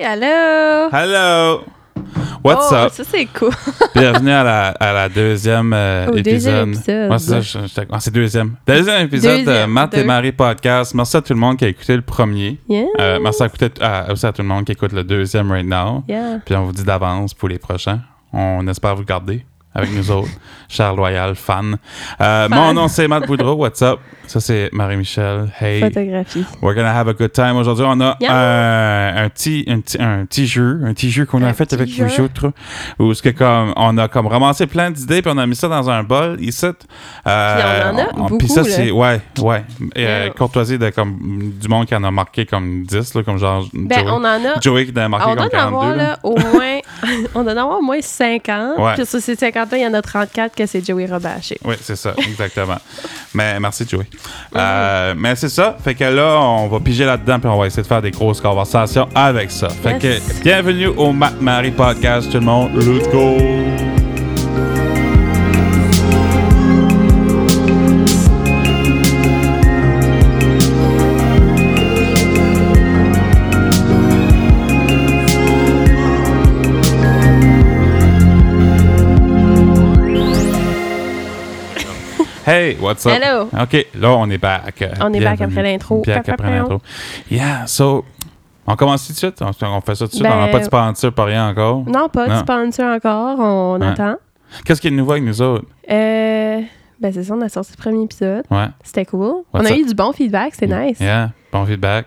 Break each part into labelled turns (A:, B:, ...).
A: hello!
B: Hello! What's
A: Oh,
B: up?
A: Ça, c'est cool.
B: Bienvenue à la, à la deuxième euh,
A: Au deuxième
B: épisode.
A: épisode.
B: Ouais, c'est ça, je- je- ouais, c'est deuxième. Deuxième épisode de
A: Deuxième,
B: Matt et
A: deux.
B: Marie podcast. Merci à tout le monde qui a écouté le premier.
A: Yeah.
B: Euh, merci à, écouter- à- aussi à tout le monde qui écoute le deuxième right now.
A: Yeah.
B: Puis on vous dit d'avance pour les prochains. On espère vous garder avec nous autres. Cher loyal fan. Euh, Mon nom c'est Matt Boudreau. What's up? Ça c'est Marie-Michel. Hey.
A: Photographie.
B: We're gonna have a good time. Aujourd'hui, on a
A: Yeah.
B: euh, un petit un petit- un petit jeu, un petit jeu qu'on a
A: Un
B: fait
A: petit
B: avec
A: jeu.
B: vous autres, où ce que comme on a comme ramassé plein d'idées puis on a mis ça dans un bol ici. Euh,
A: en a
B: on- Puis
A: beaucoup,
B: ça
A: là.
B: c'est ouais ouais Et, euh,
A: Yeah.
B: courtoisie de comme du monde qui en a marqué comme 10 là, comme genre
A: Ben,
B: Joey,
A: on en a.
B: Joey qui en a marqué
A: On doit
B: comme
A: en avoir
B: 42. là.
A: là, au moins. on doit en avoir au moins 50.
B: Ouais.
A: Puis sur ces 50 ans, il y en a 34 que c'est Joey Robaché.
B: Oui, c'est ça, exactement. mais merci, Joey. Euh, mais c'est ça. Fait que là, on va piger là-dedans puis on va essayer de faire des grosses conversations avec ça. Fait
A: Yes.
B: que bienvenue au Matt Marie Podcast, tout le monde. Let's go! Hey, what's up?
A: Hello.
B: OK, là, on est back.
A: On est back
B: Bienvenue.
A: après l'intro.
B: Back après l'intro. Yeah, so, on commence tout de suite? On, on fait ça tout de suite?
A: Ben,
B: on n'a pas de sponsor, pas rien encore?
A: Non, pas de
B: Non.
A: sponsor encore. On
B: Ouais.
A: attend.
B: Qu'est-ce qui est nouveau avec nous autres?
A: Euh, ben, c'est ça, on a sorti le premier épisode.
B: Ouais.
A: C'était cool. on
B: What's
A: a
B: up?
A: eu du bon feedback. C'était nice. Yeah.
B: Yeah, bon feedback.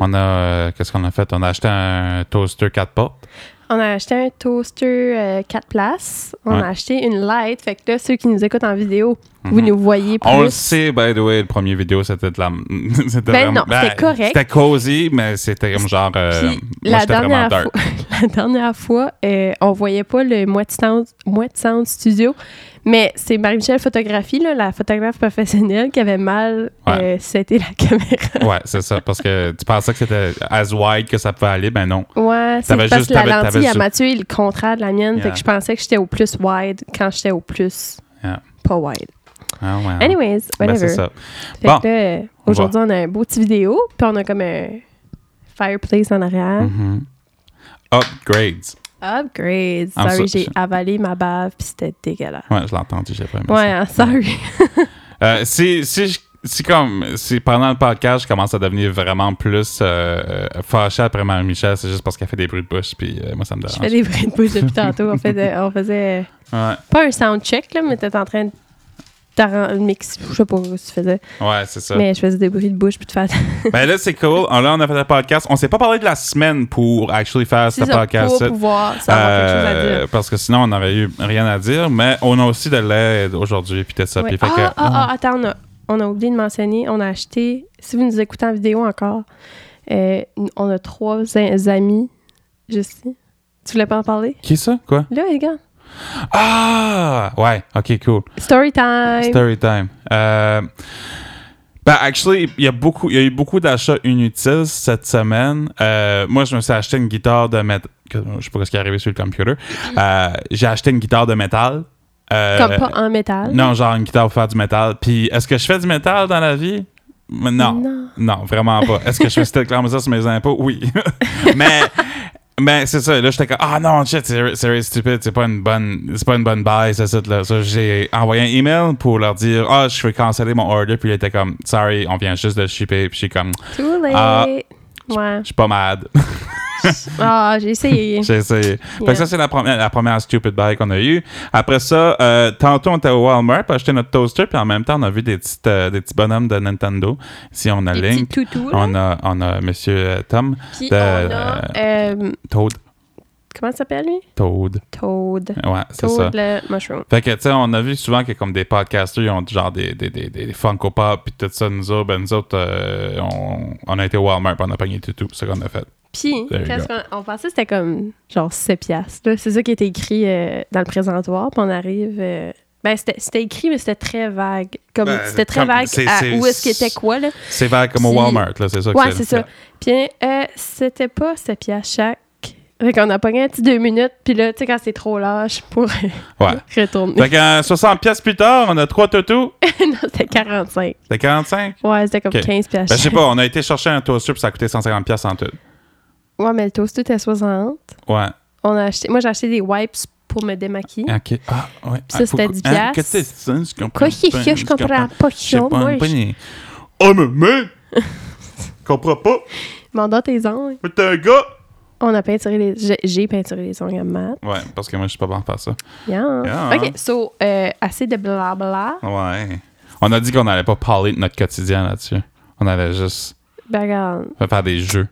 B: On a, euh, qu'est-ce qu'on a fait? On a acheté un toaster 4 portes.
A: On a acheté un toaster 4 places. On
B: Ouais.
A: a acheté une light. Fait que là, ceux qui nous écoutent en vidéo, vous
B: Mhm.
A: nous voyez plus.
B: On le sait, by the way, le premier vidéo, c'était de la. c'était
A: Ben non, c'était correct.
B: C'était cozy, mais c'était comme genre. euh,
A: Puis,
B: moi,
A: la,
B: j'étais vraiment
A: dernière
B: dark.
A: fois, la dernière fois, euh, on voyait pas le Moite Sound, Moite Sound Studio, mais c'est Marie-Michel Photographie, là, la photographe professionnelle, qui avait mal
B: Ouais.
A: euh, c'était la caméra.
B: Ouais, c'est ça. Parce que tu pensais que c'était as wide que ça pouvait aller. Ben non.
A: Ouais, c'est
B: T'avais
A: parce
B: juste-
A: que la
B: t'avais- t'avais
A: lentille à
B: juste-
A: Mathieu est le contraire de la mienne, fait
B: Yeah.
A: que je pensais que j'étais au plus wide quand j'étais au plus
B: Yeah.
A: pas wide.
B: Ah ouais.
A: Anyways,
B: Ben, c'est
A: whatever.
B: ça.
A: Fait
B: Bon.
A: que là, euh, aujourd'hui, on a un beau petit vidéo, puis on a comme un fireplace en arrière.
B: Mhm. Upgrades.
A: Upgrade.
B: Ah,
A: Sorry,
B: ça,
A: j'ai
B: je-
A: avalé ma bave, puis c'était dégueulasse.
B: Ouais, je l'ai entendu, j'ai pas aimé ça.
A: Ouais, hein, sorry.
B: Ah, Euh, si, si, je- si comme si pendant le podcast, je commence à devenir vraiment plus euh, euh, fâché après Mme Michel, c'est juste parce qu'elle fait des bruits de bouche, puis euh, moi ça me
A: Je
B: dérange.
A: fais des bruits de bouche depuis tantôt. On faisait, on faisait
B: Ouais,
A: pas un sound check, là, mais t'étais en train de t'arran- mix, je sais pas ce que tu faisais,
B: ouais c'est ça. Mais...
A: mais je faisais des bruits de bouche puis de faire
B: Ben là, c'est cool. On- Là, on a fait le podcast. On s'est pas parlé de la semaine pour actually faire ce
A: C'est ça,
B: podcast.
A: pour pouvoir savoir quelque chose à
B: Euh,
A: dire.
B: parce que sinon, on n'aurait eu rien à dire, mais on a aussi de l'aide aujourd'hui, puis tout ça.
A: Ouais.
B: puis fait
A: Ah,
B: que- hmm.
A: ah, ah, attends, on a, on a oublié de mentionner, on a acheté, si vous nous écoutez en vidéo encore, euh, on a trois in- amis, Justine. Tu voulais pas en parler?
B: Qui ça? Quoi?
A: Là, les gars,
B: Ah! Ouais, ok, cool.
A: story time!
B: Story time. Euh, ben, actually, il y, a beaucoup, il y a eu beaucoup d'achats inutiles cette semaine. Euh, moi, je me suis acheté une guitare de métal. Je sais pas ce qui est arrivé sur le computer. Euh, J'ai acheté une guitare de métal. Euh,
A: Comme pas en métal.
B: Non, genre une guitare pour faire du métal. Puis, est-ce que je fais du métal dans la vie? Mais Non.
A: Non.
B: Non, vraiment pas. Est-ce que je fais cette clairement ça sur mes impôts? Oui. mais mais c'est ça. Là, j'étais comme Ah non, shit, c'est c'est really stupid. C'est pas une bonne c'est pas une bonne bail, ça, ça, là. Ça, j'ai envoyé un email pour leur dire Ah, je vais canceller mon order. Puis il était comme Sorry, on vient juste de le shipper. Puis j'ai comme
A: Too late!
B: Ah.
A: ouais.
B: Je suis pas mad.
A: Ah, j'ai essayé.
B: J'ai essayé. Fait que ça, c'est la première, la première stupid buy qu'on a eue. Après ça, euh, tantôt, on était au Walmart, puis acheté notre toaster, puis en même temps, on a vu des, petites, euh, des petits bonhommes de Nintendo. Ici, on a
A: Des petits hein?
B: Link.
A: toutous, là.
B: On a, on a Monsieur euh, Tom.
A: Puis
B: de-
A: on a... euh,
B: Toad.
A: comment ça s'appelle, lui?
B: Toad.
A: Toad.
B: Ouais, c'est ça.
A: Toad le mushroom.
B: Fait que, tu sais, on a vu souvent que comme des podcasters, ils ont genre des, des, des, des, des Funko Pop puis tout ça. Nous autres, ben, nous autres, euh, on, on a été au Walmart puis on a pogné tout, tout ce qu'on a fait.
A: Puis,
B: There you
A: qu'est-ce qu'on on pensait que c'était comme genre 7 piastres. là. C'est ça qui était écrit euh, dans le présentoir. Puis on arrive... euh, ben, c'était c'était écrit, mais c'était très vague. Comme,
B: Ben,
A: c'était très
B: comme-
A: vague
B: c'est-
A: à
B: c'est-
A: où est-ce qu'il était quoi, là.
B: C'est vrai comme au
A: Si-
B: Walmart, là, c'est ça que
A: Ouais, c'est ça. Puis, euh, c'était pas 7 piastres chaque. Fait qu'on a pogné un petit deux minutes. Puis là, tu sais, quand c'est trop lâche pour
B: Ouais.
A: retourner.
B: Ah. Fait que euh, 60 pièces plus tard, on a trois toutous.
A: non, c'était 45.
B: C'était 45.
A: Ouais, c'était comme
B: Ok.
A: 15 piastres
B: Ben, je sais
A: chaque.
B: pas, on a été chercher un toaster puis ça a coûté 150 pièces en tout.
A: Ouais, mais le toast était 60.
B: Ouais.
A: On a acheté... Moi, j'ai acheté des wipes pour me démaquiller.
B: OK. Ah, ouais.
A: Ça, c'était 10
B: Ah,
A: piastres.
B: que c'est ça? Je comprends.
A: Quoi, que que je comprends pas.
B: Je sais
A: ça,
B: pas,
A: moi,
B: pas
A: je-
B: une- Oh, mais, mais! comprends pas.
A: Mandat tes ongles.
B: Mais t'es un gars!
A: On a peinturé les... j'ai- J'ai peinturé les ongles à Matt.
B: Ouais, parce que moi, je suis pas bon à faire ça.
A: Yeah.
B: Yeah.
A: OK, so, euh, assez de blabla.
B: Ouais. On a dit qu'on n'allait pas parler de notre quotidien là-dessus. On allait juste
A: Ben, regarde,
B: faire des jeux.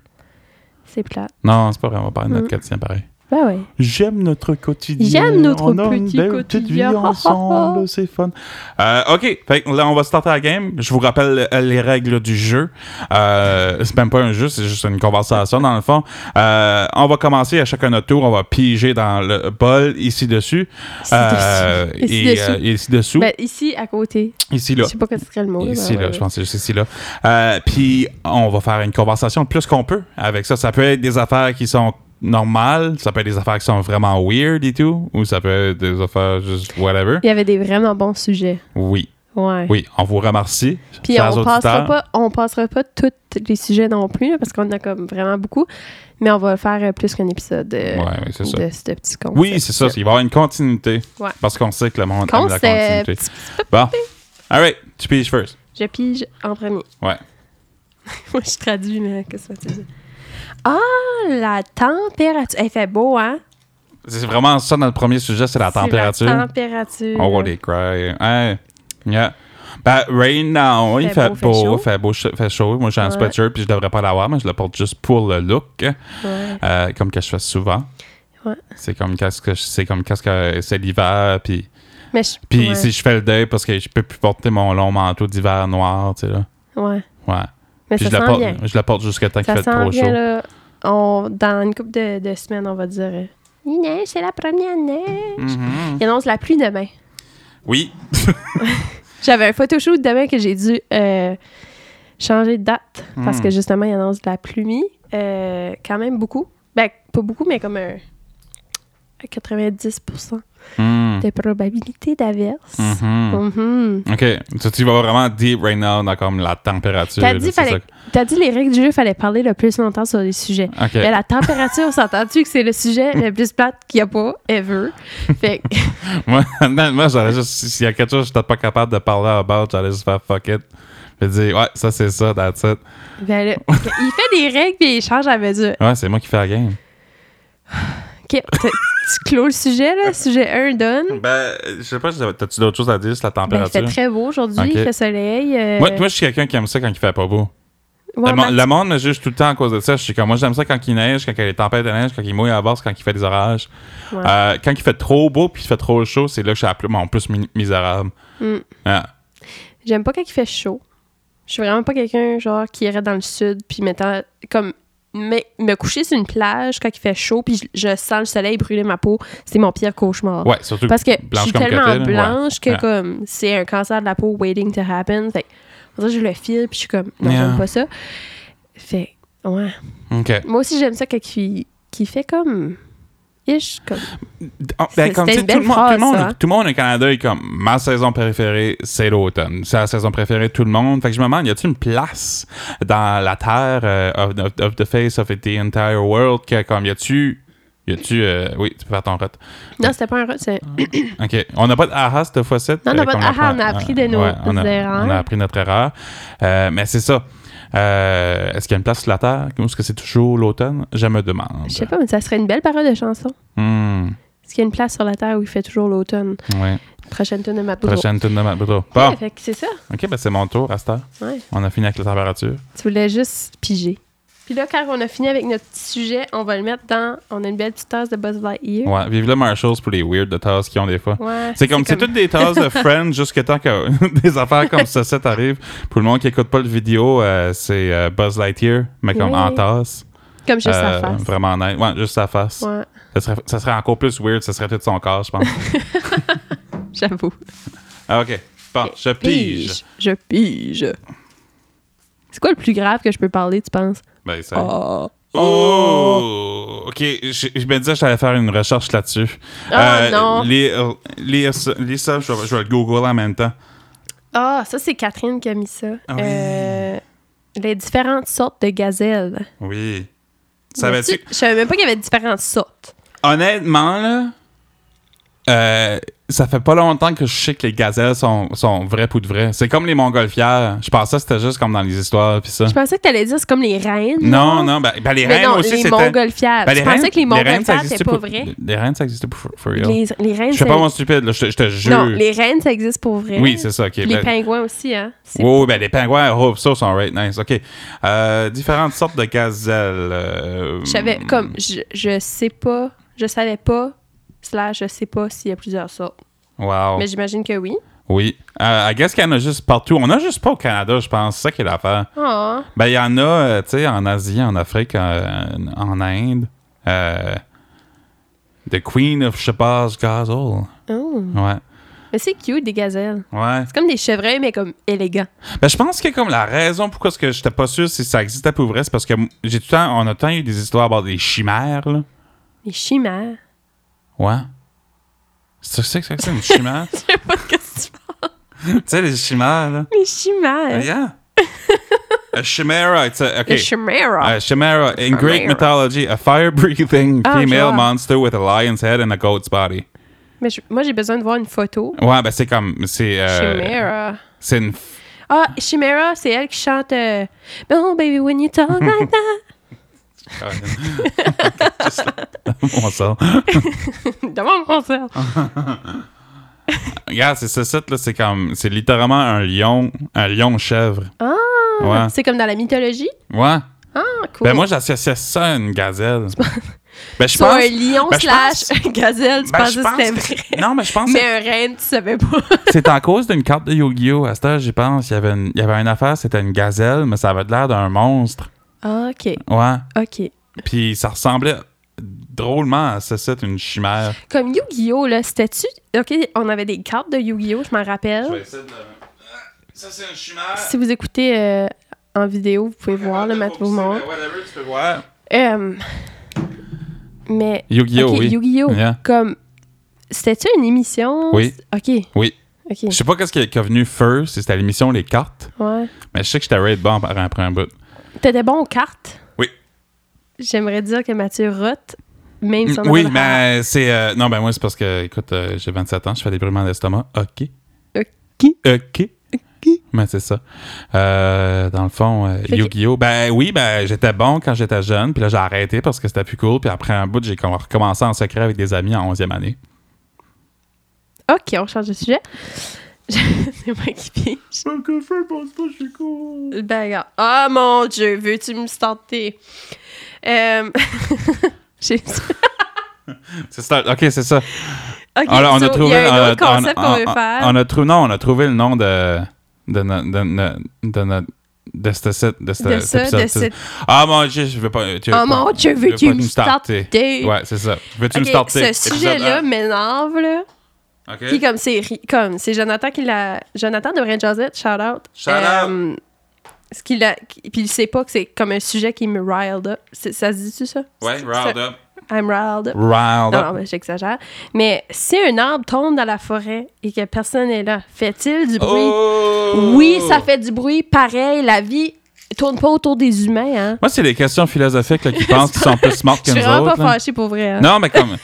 A: c'est plate.
B: Non, c'est pas vrai, on va parler de notre
A: Mm.
B: quotidien pareil.
A: Ben ouais.
B: J'aime notre quotidien.
A: J'aime notre
B: on a une
A: petit
B: belle
A: quotidien.
B: Petite vie ensemble, c'est fun. Euh, ok, fait que là on va starter la game. Je vous rappelle euh, les règles du jeu. Euh, c'est même pas un jeu, c'est juste une conversation dans le fond. Euh, on va commencer à chacun notre tour. On va piger dans le bol ici dessus.
A: Ici
B: Euh,
A: dessus. Ici
B: et,
A: dessous.
B: euh, ici dessous.
A: Ben, ici, à côté.
B: ici
A: Je
B: là.
A: sais pas que ce serait le mot.
B: Ici,
A: ben,
B: là,
A: ouais,
B: je pense que c'est ici, là. Euh, Puis, on va faire une conversation le plus qu'on peut avec ça. Ça peut être des affaires qui sont normales, ça peut être des affaires qui sont vraiment weird et tout, ou ça peut être des affaires juste whatever.
A: Il y avait des vraiment bons sujets.
B: Oui,
A: Ouais.
B: oui, on vous remercie.
A: Puis
B: chers
A: on passera,
B: auditeurs.
A: pas, on passera pas tous les sujets non plus, là, parce qu'on en a comme vraiment beaucoup, mais on va faire euh, plus qu'un épisode euh,
B: Ouais, oui, c'est ça.
A: de ce petit concept.
B: Oui, c'est ça, il va y avoir une continuité.
A: Ouais.
B: Parce qu'on sait que le monde aime la continuité.
A: Concept.
B: Bon. All right, tu piges first.
A: Je pige en premier.
B: Ouais.
A: Moi, je traduis, mais qu'est-ce que tu veux dire? Ah, la température. Elle fait beau, hein?
B: C'est vraiment ça notre premier sujet, c'est la
A: C'est
B: température.
A: La température.
B: Oh, they cry. Hey. Yeah. Ben, right now, il fait,
A: Fait beau, fait
B: beau,
A: chaud.
B: fait beau, ch- fait chaud. Moi, j'ai un
A: Ouais.
B: sweatshirt, puis je devrais pas l'avoir, mais je le porte juste pour le look,
A: Ouais.
B: euh, comme que je fais souvent.
A: Ouais.
B: C'est comme quand ce que je- c'est comme quand ce que c'est l'hiver, puis
A: Mais je.
B: puis
A: ouais.
B: si je fais le deuil parce que je peux plus porter mon long manteau d'hiver noir, tu sais là.
A: ouais.
B: Ouais.
A: Mais
B: Puis
A: ça
B: je le
A: sent
B: porte,
A: bien.
B: je le porte jusqu'à temps qu'il
A: Ça
B: fait
A: sent
B: trop
A: bien,
B: chaud.
A: là. On, dans une couple de, de semaines, on va dire. euh, Il neige, c'est la première neige.
B: Mhm.
A: Il annonce la pluie demain.
B: Oui.
A: J'avais un photoshoot demain que j'ai dû euh, changer de date parce
B: Mm.
A: que justement, il annonce de la pluie. euh, quand même beaucoup. Ben, pas beaucoup, mais comme un. un 90%
B: Mm.
A: de probabilité d'averse.
B: Mhm.
A: Mhm.
B: Ok, tu, tu vas vraiment deep right now dans comme la température.
A: T'as
B: là,
A: dit,
B: c'est
A: fallait- T'as dit les règles du jeu, fallait parler le plus longtemps sur les sujets.
B: ça. Ok.
A: Mais la température, s'entends-tu que c'est le sujet le plus plate qu'il n'y a pas, ever? Fait que,
B: Moi, honnêtement, j'allais juste. si- S'il y a quelque chose que j'étais pas capable de parler about, j'allais juste faire fuck it. Je dire, ouais, ça c'est ça, that's it.
A: ben là, il fait des règles puis il change à mesure.
B: Ouais, c'est moi qui fais la game.
A: OK, t- tu clôt le sujet, là. Sujet 1 donne.
B: Ben, je sais pas, t'as-tu d'autres choses à dire sur la
A: Ben, il fait
B: température?
A: très beau aujourd'hui, il
B: Ok.
A: fait soleil. euh,
B: moi, moi, je suis quelqu'un qui aime ça quand il fait pas beau.
A: ouais, Max,
B: le, monde- le monde me juge tout le temps à cause de ça. Je suis comme, moi, j'aime ça quand il neige, quand il y a des tempêtes de neige, quand il mouille à la base, quand il fait des orages.
A: ouais.
B: Euh, quand il fait trop beau puis il fait trop chaud, c'est là que je suis la plus- mon plus mi- misérable.
A: Mm.
B: Ah.
A: J'aime pas quand il fait chaud. Je suis vraiment pas quelqu'un, genre, qui irait dans le sud, puis mettant, comme, me, me coucher sur une plage quand il fait chaud, puis je, je sens le soleil brûler ma peau, c'est mon pire cauchemar.
B: Ouais, surtout
A: Parce que je
B: Blanche
A: suis
B: comme
A: tellement
B: Catherine, ouais.
A: blanche que
B: Ouais.
A: comme c'est un cancer de la peau waiting to happen. Fait que, on dirait que je le file puis je suis comme non,
B: Yeah.
A: j'aime pas ça. Fait que, ouais.
B: Ok.
A: Moi aussi j'aime ça quand qui qui fait comme ish comme
B: Ah, ben,
A: C'est-
B: comme,
A: c'était
B: tu sais,
A: une belle
B: tout, le monde, tout, le
A: phrase,
B: monde,
A: ça, hein?
B: tout le monde au Canada est comme ma saison préférée, c'est l'automne. C'est la saison préférée de tout le monde. Fait que je me demande, y a-t-il une place dans la terre euh, of, of- of the face of the entire world que comme y a-tu y a-tu euh, oui, tu peux faire ton rot.
A: non c'était pas un rat, c'est
B: Ah, OK, on n'a pas de aha cette fois-ci.
A: Non, on n'a
B: euh,
A: pas de
B: comme
A: aha,
B: l'enfant.
A: on a appris de
B: Euh,
A: nos
B: on a,
A: erreurs.
B: on a appris notre erreur. Euh, mais c'est ça. Euh, est-ce qu'il y a une place sur la terre Ou est-ce que c'est toujours l'automne Je me demande.
A: je sais pas mais ça serait une belle parole de chanson.
B: Hmm,
A: Est-ce qu'il y a une place sur la terre où il fait toujours l'automne
B: ouais.
A: Prochaine tune de ma poudre.
B: Prochaine tune de ma- Bon,
A: fait que c'est ça.
B: OK, ben c'est mon tour à cette heure.
A: Ouais.
B: On a fini avec la température.
A: Tu voulais juste piger. Puis là, quand on a fini avec notre petit sujet, on va le mettre dans. On a une belle petite tasse de Buzz Lightyear.
B: Ouais, vive le Marshalls pour les weird de tasses qu'ils ont des fois.
A: Ouais,
B: C'est comme, c'est toutes des tasses de Friends jusqu'à temps que des affaires comme ça, ça t'arrive. Pour le monde qui écoute pas le vidéo, euh, c'est euh, Buzz Lightyear, mais comme
A: Oui.
B: en tasse.
A: comme juste sa
B: Euh,
A: face.
B: Vraiment nice. Ouais, juste sa face.
A: Ouais,
B: Ça, serait, ça serait encore plus weird, ça serait tout son corps, je pense.
A: j'avoue.
B: ah, ok. Bon,
A: Ok.
B: je pige.
A: Je pige. C'est quoi le plus grave que je peux parler, tu penses?
B: Ben, ça-
A: Oh.
B: Oh! Ok, je, je me disais que j'allais faire une recherche là-dessus. Euh,
A: Ah, non.
B: Lire, lire ça, lire ça, je vais, je vais le googler en même temps.
A: Ah, ça, c'est Catherine qui a mis ça.
B: Ah oui.
A: Euh, les différentes sortes de gazelles.
B: Oui. Savais-tu? Ah.
A: Je savais même pas qu'il y avait différentes sortes.
B: Honnêtement, là, euh, ça fait pas longtemps que je sais que les gazelles sont, sont vraies pour de vrai. C'est comme les montgolfières. Je pensais que c'était juste comme dans les histoires, puis ça.
A: Je pensais que t'allais dire c'est comme les reines.
B: Non, non, ben, ben les
A: Mais
B: reines
A: non,
B: aussi,
A: les
B: c'était...
A: montgolfières.
B: ben,
A: je pensais que les
B: reines, ça
A: montgolfières,
B: existait
A: c'était pas
B: pour-
A: vrai.
B: Les reines, ça existait pour for, for real.
A: Les, les reines,
B: Je fais
A: ça-
B: pas mon stupide, là, je, te- je te jure.
A: Non, les reines, ça existe pour vrai.
B: Oui, c'est ça, OK.
A: Puis
B: ben-
A: Les pingouins aussi, hein. C'est-
B: Oui, oui, ben les pingouins, oh, ça, sont right nice. OK. Euh, différentes sortes de gazelles. euh,
A: Je savais, comme, je, je sais pas, je savais pas, slash, je sais pas s'il y a plusieurs sortes.
B: Wow.
A: Mais j'imagine que oui.
B: Oui. Euh, I guess qu'il y en a juste partout. On en a juste pas au Canada, je pense. C'est ça qui est l'affaire.
A: Ah,
B: Ben, il y en a, euh, tu sais, en Asie, en Afrique, euh, en Inde. Euh, the Queen of Shepa's Gazelle.
A: Oh.
B: Ouais.
A: Mais c'est cute, des gazelles.
B: Ouais.
A: C'est comme des chevreuils, mais comme élégants.
B: Ben, je pense que comme la raison pourquoi ce que j'étais pas sûr si ça existait pour vrai, c'est parce que m- j'ai tout le temps, on a tant eu des histoires à bord des chimères, là.
A: Les chimères.
B: Ouais. C'est ça que c'est, que c'est une chimère?
A: Je sais pas de quoi tu parles.
B: tu sais, les chimères, là.
A: Les chimères.
B: Yeah. a chimera, it's a,
A: Les
B: okay.
A: chimères.
B: Uh, chimera in Greek
A: Ah. Chimera.
B: mythology, a fire-breathing
A: Ah, je
B: female
A: vois.
B: monster with a lion's head and a goat's body.
A: Mais je- moi, j'ai besoin de voir une photo.
B: Ouais, ben c'est comme c'est euh,
A: Chimera.
B: c'est une f-
A: Ah, Chimera, c'est elle qui chante euh, No, baby, when you talk like that.
B: Just- mon sang.
A: Demande mon sœur.
B: Ah. Regarde, c'est ce site là, c'est comme c'est littéralement un lion, un lion chèvre.
A: Ah,
B: Ouais.
A: c'est comme dans la mythologie.
B: Ouais.
A: Ah, cool.
B: Ben moi j'associais ça à une gazelle. Ben je
A: Soit
B: pense
A: un lion
B: ben, je
A: slash gazelle, tu
B: ben,
A: pensais
B: je
A: que c'était
B: pense
A: vrai.
B: que- Non, mais je pense que
A: Mais un reine, tu savais pas.
B: c'est à cause d'une carte de Yu-Gi-Oh! À cette heure, j'y pense. Il y avait une, il y avait une affaire, c'était une gazelle, mais ça avait l'air d'un monstre.
A: Ah, ok,
B: Ouais.
A: ok.
B: Puis ça ressemblait drôlement à ça, c'est une chimère.
A: Comme Yu-Gi-Oh! là, c'était-tu... Ok, on avait des cartes de Yu-Gi-Oh! Je m'en rappelle.
B: essayer de. Ah, Ça, c'est une chimère.
A: Si vous écoutez euh, en vidéo, vous pouvez voir, le Matt vous montre. Euh, mais...
B: Yu-Gi-Oh!
A: ok,
B: oui.
A: Yu-Gi-Oh!
B: Yeah.
A: Comme... C'était-tu une émission?
B: Oui.
A: Ok.
B: Oui.
A: Ok,
B: Je sais pas qu'est-ce qui est venu first, si c'était l'émission Les Cartes,
A: ouais.
B: mais je sais que j'étais raid bon par après un bout.
A: T'étais bon aux cartes?
B: Oui.
A: J'aimerais dire que Mathieu rote, même si on
B: Oui,
A: avait-
B: mais c'est. euh, non, ben moi, c'est parce que, écoute, euh, j'ai 27 ans, je fais des brûlements d'estomac. OK.
A: Ok.
B: OK. Mais c'est ça. Euh, dans le fond, euh,
A: Fait que-
B: Yu-Gi-Oh! Ben oui, ben j'étais bon quand j'étais jeune, puis là j'ai arrêté parce que c'était plus cool, puis après un bout, j'ai com- recommencé en secret avec des amis en 11e année.
A: Ok, on change de sujet. C'est moi qui piche. Ben, regarde. Ah, mon Dieu, veux-tu me starter? Euh... j'ai-
B: C'est ça, ok, c'est ça.
A: Ok,
B: Alors, on
A: so,
B: a trouvé
A: il y a un
B: euh,
A: autre concept
B: on-
A: qu'on veut
B: on-
A: faire.
B: on a trou- non, on a trouvé le nom de. de no- de no- de no- de ce site. De, ce-
A: de
B: cet
A: ça,
B: épisode,
A: de cette...
B: Ah mon dieu, je veux pas. Tu veux
A: Oh
B: pas-
A: mon Dieu,
B: veux
A: veux-tu
B: pas
A: me
B: nous starter?
A: starter?
B: Ouais, c'est ça. Veux-tu
A: Ok,
B: me starter?
A: ce
B: Épisode
A: sujet-là
B: un.
A: m'énerve, là.
B: Ok.
A: Puis comme c'est ri- comme c'est Jonathan qui l'a Jonathan de Red Josette, shout out.
B: Shout out.
A: Euh, ce qu'il a qui- puis il sait pas que c'est comme un sujet qui me riled up. C'est- Ça se dit-tu ça
B: Ouais,
A: C'est-
B: riled
A: ça-
B: up.
A: I'm riled up.
B: Riled
A: Non, non,
B: up.
A: mais j'exagère. Mais si un arbre tombe dans la forêt et que personne n'est là, fait-il du bruit
B: Oh!
A: Oui, ça fait du bruit. Pareil, la vie tourne pas autour des humains hein.
B: Moi, c'est des questions philosophiques là, qui pensent qu'ils sont plus smarts que
A: Je suis
B: nous
A: vraiment pas
B: autres. là.
A: fâchée pour vrai. hein.
B: Non, mais comme.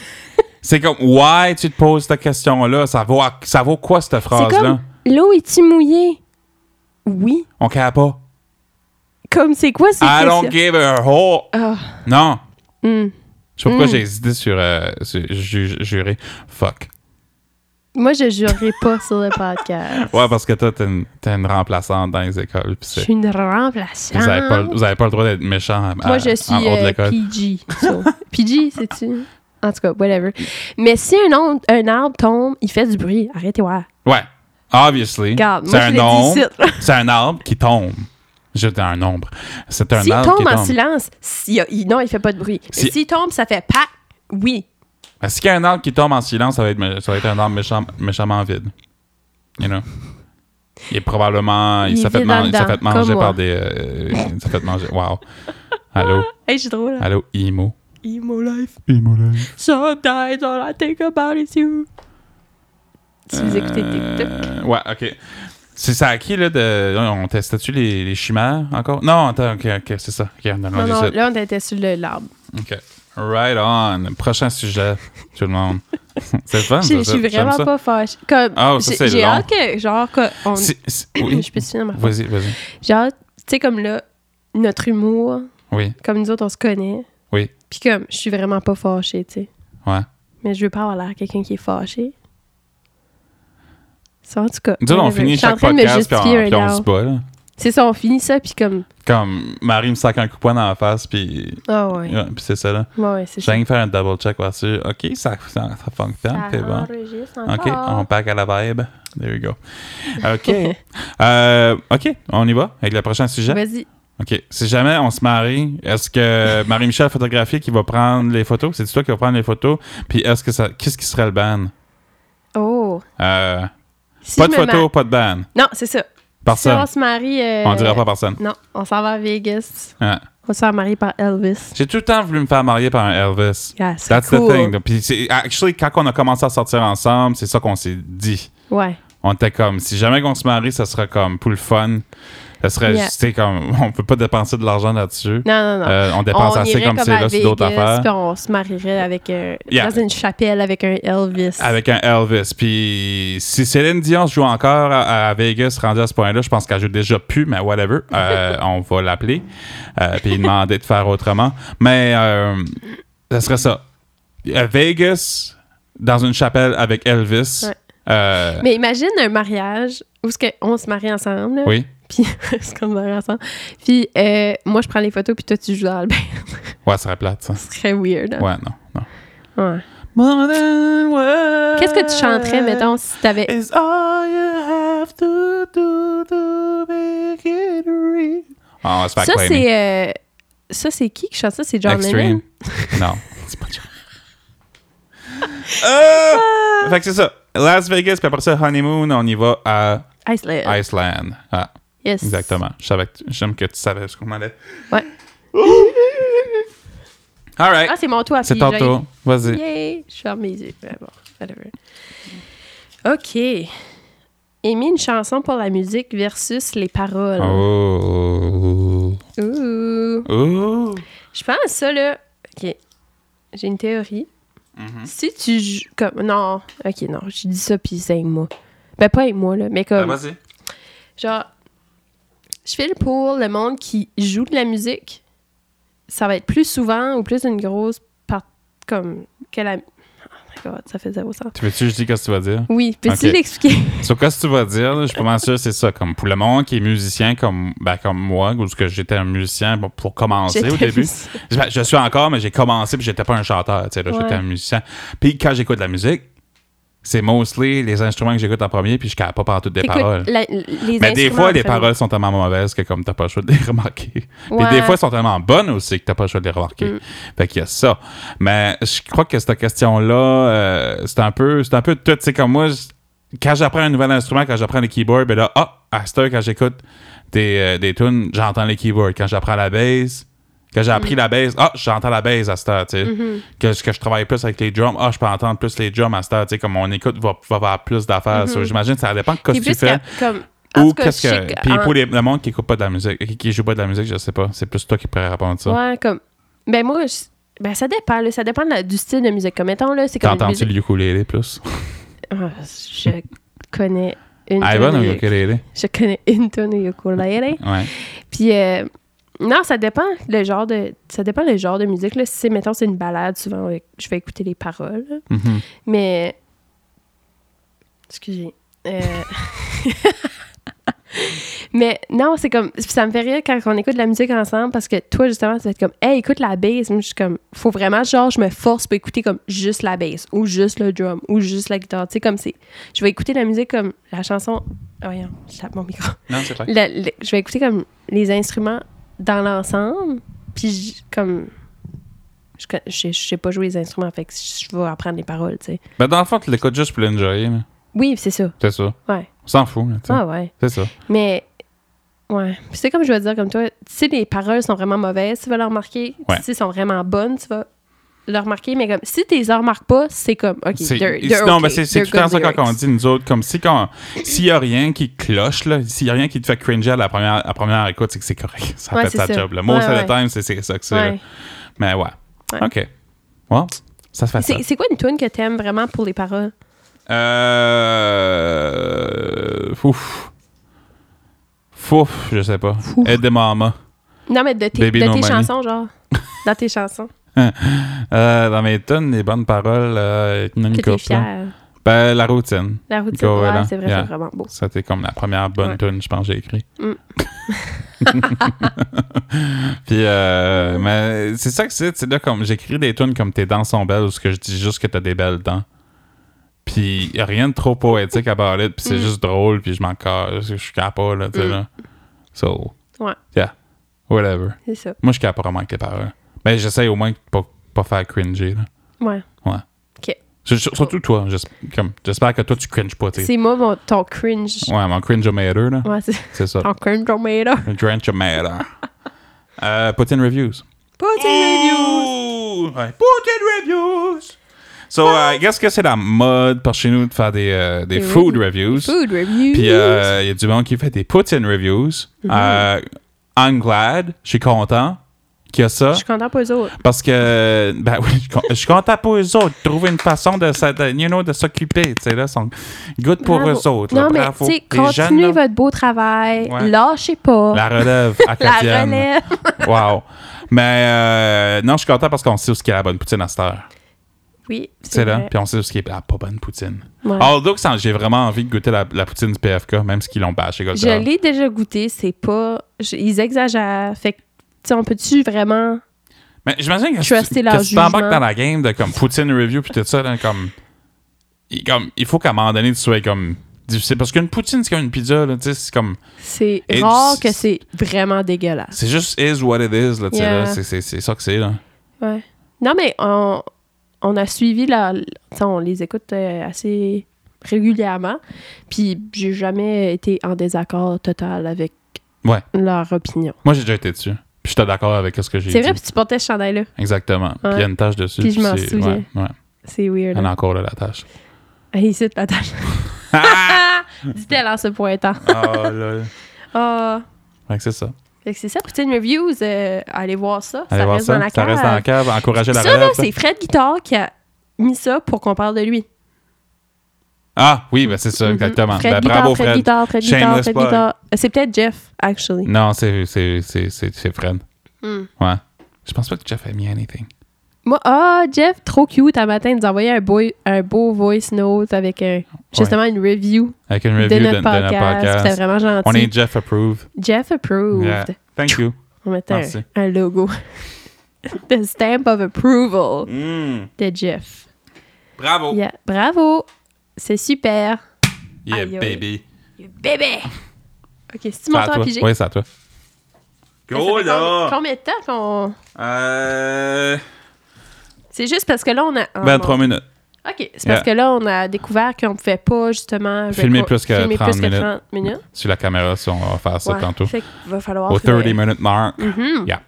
B: C'est comme, ouais, tu te poses cette question-là. Ça vaut, à- ça vaut quoi, cette
A: c'est
B: phrase-là?
A: comme l'eau est-il mouillée Oui.
B: On ne pas.
A: Comme c'est quoi ces
B: I
A: questions
B: don't give a whole.
A: Ah.
B: Non.
A: Hmm.
B: Je sais pas pourquoi
A: Mm.
B: j'ai hésité sur, euh, sur ju- jurer. Fuck.
A: Moi, je jurerai pas sur le podcast.
B: Ouais, parce que toi, t'es une, t'es une remplaçante dans les écoles. pis
A: Je
B: c'est-
A: suis une remplaçante.
B: Vous avez, pas, le- vous avez pas le droit d'être méchant à-
A: Moi,
B: à-
A: je suis
B: en haut de
A: euh,
B: l'école.
A: PG. so. PG, c'est-tu? En tout cas, whatever. Mais si un, on- un arbre tombe, il fait du bruit. Arrêtez voir.
B: Ouais. Obviously.
A: Regarde,
B: c'est
A: moi, je
B: un
A: l'ai dit
B: nombre.
A: ici, là.
B: C'est un arbre qui tombe. J'étais un nombre. C'est un
A: S'il
B: arbre qui
A: tombe en
B: tombe.
A: silence, s'il y a- il- non, il fait pas de bruit. Mais
B: Si-
A: s'il tombe, ça fait pas. Oui.
B: Ah, S'il y a un arbre qui tombe en silence, ça va être, mé- ça va être un arbre méchant- méchamment vide. You know? Il est probablement. Il,
A: Il est
B: s'est fait,
A: vide en
B: man- il s'est
A: dedans,
B: fait manger
A: comme moi.
B: par des. euh, il s'est fait manger. Wow. Allô?
A: Hey, je suis drôle. là.
B: Allô, Imo?
A: Emo life.
B: Imo, là.
A: Sometimes all I think about is you. Si vous écoutez TikTok.
B: Euh, Ouais, ok. C'est ça à qui, là, de. On testait-tu les, les chimères encore? Non, attends, ok, ok, c'est ça. Ok, on a
A: Non,
B: rendu
A: non,
B: ça.
A: là, on était sur le- l'arbre.
B: OK. Right on. Prochain sujet, tout le monde. c'est le fun.
A: Je
B: ça,
A: je suis
B: Ah, j'aime
A: vraiment
B: ça.
A: pas fâchée. Comme,
B: Ah, ça,
A: j'ai-
B: c'est
A: j'ai
B: long.
A: hâte que, genre, que on-
B: Si- si- oui.
A: je peux te finir ma phrase.
B: Vas-y, vas-y.
A: J'ai hâte, tu sais, comme là, notre humour,
B: Oui,
A: comme nous autres, on se connaît.
B: Oui.
A: Puis comme, je suis vraiment pas fâchée, tu sais.
B: ouais.
A: Mais je veux pas avoir l'air quelqu'un qui est fâché. Ça, en tout cas.
B: Nous autres, on
A: whatever.
B: finit
A: Je suis en
B: chaque
A: train de me
B: podcast, puis on,
A: justifier
B: puis on
A: right
B: se
A: now.
B: bat, là.
A: C'est ça, on finit ça, puis comme.
B: Comme Marie me sac un coup de poing dans la face, puis,
A: Ah ouais.
B: ouais, puis c'est ça, là.
A: Ouais, ouais, c'est
B: J'ai
A: ça.
B: rien faire un double check là-dessus. OK, ça, ça, ça fonctionne, c'est bon.
A: enregistre
B: OK,
A: encore.
B: on pack à la vibe. There we go. OK. Euh, OK, on y va avec le prochain sujet.
A: Vas-y.
B: OK. Si jamais on se marie, est-ce que Marie-Michel Photographie qui va prendre les photos? C'est toi qui va prendre les photos? Puis est-ce que ça. Qu'est-ce qui serait le ban?
A: Oh.
B: Euh,
A: Si
B: pas
A: je
B: de
A: me
B: photos, pas de ban.
A: ma- Non, c'est ça. Si
B: Personne.
A: on se Euh, marie. euh,
B: On dira pas personne.
A: Non, on s'en va à Vegas.
B: Ouais.
A: On se fait marier par Elvis.
B: J'ai tout le temps voulu me faire marier par un Elvis.
A: Yeah, c'est
B: That's
A: cool.
B: the thing. Puis c'est- actually, quand on a commencé à sortir ensemble, c'est ça qu'on s'est dit.
A: Ouais.
B: On était comme, si jamais qu'on se marie, ça serait comme pour le fun. Ça serait,
A: Yeah.
B: tu sais, comme, on peut pas dépenser de l'argent là-dessus.
A: Non, non, non.
B: Euh, on dépense
A: on
B: assez
A: irait
B: comme c'est
A: à
B: là sur d'autres
A: Vegas,
B: affaires.
A: Puis on se marierait avec un,
B: Yeah.
A: dans une chapelle avec un Elvis.
B: Avec un Elvis. Puis si Céline Dion se joue encore à, à Vegas, rendue à ce point-là, je pense qu'elle joue déjà plus, mais whatever. Euh, on va l'appeler. Euh, puis demander de faire autrement. Mais euh, ça serait ça. À Vegas, dans une chapelle avec Elvis.
A: Ouais.
B: Euh,
A: Mais imagine un mariage où ce que on se marie ensemble. là,
B: Oui.
A: Puis ce qu'on se marie ensemble. Puis euh, moi, je prends les photos, puis toi, tu joues dans le bain.
B: Ouais, ça serait plate, ça.
A: Ce serait weird. hein.
B: Ouais, non. non.
A: Ouais. Qu'est-ce que tu chanterais, mettons, si t'avais.
B: Is all you have to do to make it real. Ah, on va se faire
A: Ça,
B: claimer.
A: c'est. euh, Ça, c'est qui qui chante ça? C'est John Lennon?
B: Extreme. non, c'est pas John.
A: Ah!
B: Euh, fait que c'est ça. Las Vegas, puis après ça, Honeymoon, on y va à
A: Iceland.
B: Iceland. Ah,
A: Yes.
B: exactement. Je savais que tu- J'aime que tu savais ce qu'on allait.
A: Ouais.
B: All right.
A: Ah, c'est mon tour.
B: c'est
A: puis
B: ton
A: j'ai-
B: tour. Vas-y.
A: Yay! Je ferme mes yeux. Ouais, bon, whatever. OK. Aimer une chanson pour la musique versus les paroles.
B: Ah Oh.
A: Ouh.
B: Oh.
A: Je pense ça, là. OK. J'ai une théorie.
B: Mm-hmm.
A: Si tu. jou- Comme, non. OK, non. Je dis ça, puis c'est avec moi. Ben, pas avec moi, là. Mais
B: Ah,
A: comme.
B: Vas-y.
A: Genre, je file pour le monde qui joue de la musique. Ça va être plus souvent ou plus une grosse part comme que la. Oh my god, ça fait zéro sens.
B: Tu veux-tu que je dis ce que tu vas dire?
A: Oui, peux-tu
B: Ok.
A: l'expliquer?
B: Sur quoi ce que tu vas dire, là, je suis pas mal sûr, c'est ça. Comme pour le monde qui est musicien comme, ben, comme moi, ou ce que j'étais un musicien bon, pour commencer au
A: J'étais
B: début.
A: plus-
B: Ben, je suis encore, mais j'ai commencé puis j'étais pas un chanteur, tu sais, là,
A: Ouais.
B: j'étais un musicien. Puis quand j'écoute de la musique, c'est mostly les instruments que j'écoute en premier, puis je capte pas partout des
A: T'écoutes
B: paroles.
A: la- les
B: Mais Ben, des
A: instruments
B: fois,
A: en premier.
B: les paroles sont tellement mauvaises que comme t'as pas le choix de les remarquer.
A: Ouais. Mm.
B: Puis des fois, elles sont tellement bonnes aussi que t'as pas le choix de les remarquer. Fait qu'il y a ça. Mais je crois que cette question-là, euh, c'est un peu, c'est un peu tout. Tu sais, comme moi, je- quand j'apprends un nouvel instrument, quand j'apprends les keyboards, ben là, ah, à cette heure, quand j'écoute des, euh, des tunes, j'entends les keyboards. Quand j'apprends la bass, quand j'ai
A: Mm.
B: appris la bass, ah, j'entends la bass à cette heure, tu sais.
A: Mm-hmm.
B: que, que je travaille plus avec les drums, ah, je peux entendre plus les drums à cette heure, tu sais. Comme on écoute, va, va avoir plus d'affaires. So, J'imagine que ça dépend de
A: T'es
B: ce que tu
A: Mm-hmm. plus
B: fais.
A: qu'à- comme. en
B: Ou
A: tout cas,
B: qu'est-ce
A: je sais
B: que.
A: que-
B: Puis
A: en-
B: pour les- le monde qui écoute pas de la musique, qui, qui joue pas de la musique, je sais pas. C'est plus toi qui pourrais répondre à ça.
A: Ouais, comme. Ben moi, je- ben ça dépend, là, ça dépend de la- du style de musique. Comme mettons, là, c'est
B: T'as
A: comme. une
B: entendu
A: musique-
B: le ukulélé plus?
A: Ah, je connais une.
B: Ivan
A: tonne
B: ou
A: de-
B: le ukulélé?
A: Je connais une tonne de ukulélé.
B: Ouais.
A: Puis euh, non, ça dépend le genre de ça dépend le genre de musique là. Si c'est mettons c'est une balade, souvent euh, je vais écouter les paroles. là.
B: Mhm.
A: Mais excusez. Euh, Mais non, c'est comme ça me fait rire quand on écoute de la musique ensemble parce que toi justement tu vas être comme hey écoute la bass, Moi, je suis comme faut vraiment genre je me force pour écouter comme juste la bass ou juste le drum ou juste la guitare, tu sais comme c'est je vais écouter la musique comme la chanson voyons, je tape mon micro.
B: Non, c'est vrai.
A: Le- le- je vais écouter comme les instruments dans l'ensemble, puis j- comme je, con- je, je sais pas jouer les instruments, fait que je vais apprendre les paroles, tu sais.
B: Ben, dans le fond, tu l'écoutes juste pour l'enjoyer, là.
A: Oui, c'est ça.
B: C'est ça.
A: Ouais.
B: On s'en fout, là, tu sais.
A: Ah ouais.
B: C'est ça.
A: Mais ouais, Puis c'est comme je veux dire comme toi, si les paroles sont vraiment mauvaises, tu vas les remarquer.
B: Ouais.
A: Si elles sont vraiment bonnes, tu vas le remarquer, mais comme si tu les remarques pas, c'est comme OK,
B: C'est-
A: they're-
B: c'est-
A: they're
B: non,
A: okay,
B: mais c'est- c'est
A: they're
B: tout le temps
A: good
B: ça quand
A: lyrics.
B: on dit, nous autres, comme si quand. S'il y a rien qui cloche, là, s'il y a rien qui te fait cringer à la première, à la première écoute, c'est que c'est correct. Ça
A: Ouais,
B: fait
A: c'est
B: sa
A: ça.
B: job, là.
A: Ouais,
B: Most of the
A: ouais.
B: time, c'est- c'est ça que c'est. là.
A: Ouais.
B: Mais ouais.
A: Ouais.
B: OK. Well, ça se fait ça.
A: C'est c'est quoi une tune que t'aimes vraiment pour les paroles?
B: Euh... Ouf. Fouf, je sais pas.
A: Fouf.
B: Aide de maman.
A: Non, mais de tes,
B: Baby
A: de
B: No
A: tes
B: Money.
A: chansons, genre. Dans tes chansons.
B: Euh, dans mes tonnes, les bonnes paroles, euh, il y en a une
A: Que t'es
B: couple, là.
A: fière.
B: Ben, la routine.
A: La routine,
B: Go,
A: ouais,
B: voilà.
A: c'est vrai,
B: Yeah.
A: c'est vraiment beau.
B: C'était comme la première bonne
A: Ouais.
B: tune, je pense, que j'ai écrit.
A: Mm.
B: Puis, euh, mais c'est ça que c'est, c'est là comme j'écris des tunes comme tes dents sont belles ou ce que je dis juste que t'as des belles dents. Puis, y a rien de trop poétique à parler, puis c'est
A: Mm.
B: juste drôle, puis je m'en casse, je suis capable, là, tu sais,
A: Mm.
B: là. So,
A: Ouais,
B: yeah, whatever.
A: c'est ça.
B: Moi, je suis capable vraiment avec les paroles. Mais j'essaie au moins de pas, pas faire cringer, là.
A: Ouais.
B: Ouais.
A: OK.
B: Je- surtout toi, j'es- comme, j'espère que toi, tu cringes pas, tu sais.
A: C'est moi, mon, ton cringe.
B: Ouais, mon cringe-o-meter, là,
A: Ouais, Ah. c'est
B: c'est ça.
A: ton cringe tomato.
B: Le Drench Matter. Euh, Poutine Reviews.
A: Poutine Reviews!
B: Ouais, Poutine Reviews! So, euh, qu'est-ce que c'est la mode par chez nous de faire des, euh, des
A: Des
B: food reviews?
A: Food Reviews!
B: Puis, euh, il y a du monde qui fait des Poutine Reviews. Euh, I'm glad, je suis content qu'il y a ça.
A: Je suis contente pour eux autres.
B: Parce que, ben oui, je suis con- je suis content pour eux autres. Trouver une façon de, s'a- de, you know, de s'occuper, tu sais, là. Sont good pour
A: Bravo.
B: eux autres. là,
A: Non, mais tu
B: bravo.
A: sais,
B: Les jeunes,
A: continuez
B: là,
A: votre beau travail.
B: Ouais.
A: Lâchez pas.
B: La relève
A: La
B: acadienne.
A: relève.
B: Wow. Mais euh, non, je suis content parce qu'on sait où ce qui est la bonne poutine à cette heure.
A: Oui,
B: C'est là. Ah,
A: vrai.
B: Puis on sait où ce qui est la pas bonne poutine.
A: Ouais.
B: Although que ça- j'ai vraiment envie de goûter la, la poutine du PFK, même ce qu'ils l'ont bâché.
A: Je
B: Godzilla.
A: l'ai déjà goûté, c'est pas. je- ils exagèrent. Fait que, tu sais, on peut-tu vraiment.
B: Mais j'imagine que,
A: Truster
B: tu-
A: leur
B: que tu t'embarques
A: jugement.
B: dans la game de comme poutine review puis tout ça, là, comme, il, comme, il faut qu'à un moment donné, tu sois comme difficile. Parce qu'une poutine, c'est comme une pizza. là, tu sais, C'est comme
A: C'est
B: Et
A: rare
B: c-
A: que c'est vraiment dégueulasse.
B: c'est juste is what it is. là, tu sais,
A: Yeah.
B: là. C'est- C'est c'est ça que c'est. là.
A: Ouais. Non, mais on, on a suivi la. tu sais, on les écoute euh, assez régulièrement. Puis j'ai jamais été en désaccord total avec
B: Ouais.
A: leur opinion.
B: Moi, j'ai déjà été dessus. Puis j'étais d'accord avec ce que j'ai dit.
A: C'est vrai, puis tu portais ce chandail-là.
B: Exactement. Puis il y a
A: Ouais.
B: une tache dessus.
A: Puis je m'en
B: c'est-
A: souviens.
B: ouais, ouais.
A: C'est weird.
B: Elle a
A: hein.
B: encore là, la tache.
A: Allez, ici, la tâche. Dit-elle en se pointant.
B: Ah, là.
A: Ah.
B: Fait que c'est ça.
A: Fait que c'est ça, Poutine Reviews. euh, allez voir ça.
B: Allez
A: ça
B: voir
A: reste
B: ça.
A: dans la
B: ça
A: cave.
B: reste dans la cave. Encouragez la
A: ça, là,
B: relève.
A: c'est Fred Guitar qui a mis ça pour qu'on parle de lui.
B: Ah, oui, ben c'est ça, exactement.
A: Mhm. Fred
B: Ben,
A: Guitar,
B: bravo,
A: Fred,
B: Fred.
A: Guitar, Fred Guitar,
B: Shameless
A: Fred
B: plug.
A: Guitar. Euh, C'est peut-être Jeff, actually.
B: Non, c'est c'est- c'est- c'est- c'est Fred.
A: Mm.
B: Ouais. Je pense pas que Jeff a mis anything.
A: Moi, ah, Jeff, trop cute, un matin, il nous a envoyé un beau, un beau voice note avec un- justement une review
B: Avec une
A: de
B: review
A: notre,
B: de de
A: podcast. C'était vraiment gentil.
B: On est Jeff approved.
A: Jeff approved.
B: Yeah. Thank you.
A: On mettait
B: Merci.
A: un, un logo. The stamp of approval de Jeff.
B: Hmm. Bravo.
A: Yeah.
B: Yeah,
A: Bravo. C'est super. Aïe, aïe.
B: baby.
A: Bébé! OK, c'est-tu
B: C'est
A: mon
B: à
A: temps à
B: toi.
A: piger?
B: Oui, c'est à toi.
A: Ça fait combi- Combien de temps qu'on...
B: Euh,
A: C'est juste parce que là, on a... ah,
B: 23
A: mon-
B: minutes.
A: OK, c'est parce
B: Ben, Yeah.
A: que là, on a découvert qu'on pouvait pas, justement...
B: Filmer
A: record-
B: plus que
A: filmer
B: 30
A: plus que
B: minutes.
A: 30 minutes.
B: Sur la caméra, si on va faire ça
A: Ouais.
B: tantôt.
A: Fait qu'il va falloir...
B: Au
A: faire-
B: 30 minute mark.
A: Mhm.
B: Yeah.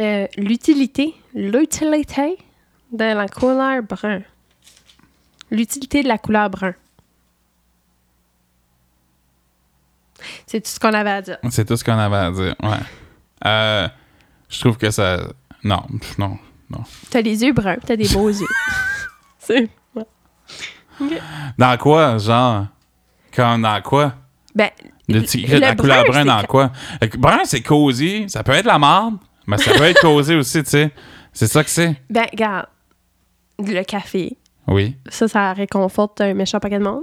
A: Euh, L'utilité. L'utilité de la couleur brun. L'utilité de la couleur brun. C'est tout ce qu'on avait à dire.
B: C'est tout ce qu'on avait à dire. Ouais. Euh, je trouve que ça. Non, pff, non, non.
A: T'as les yeux bruns, t'as des beaux yeux. C'est... ouais.
B: Dans quoi, genre Comme dans quoi
A: Ben,
B: Le
A: le-
B: petit-
A: le
B: La couleur
A: brun,
B: brun,
A: c'est
B: dans
A: quand-
B: quoi Le Brun, c'est cosy. Ça peut être la marde, mais ça peut être cosy aussi, tu sais. C'est ça que c'est.
A: Ben, regarde, le café,
B: Oui.
A: ça, ça réconforte un méchant paquet de monde.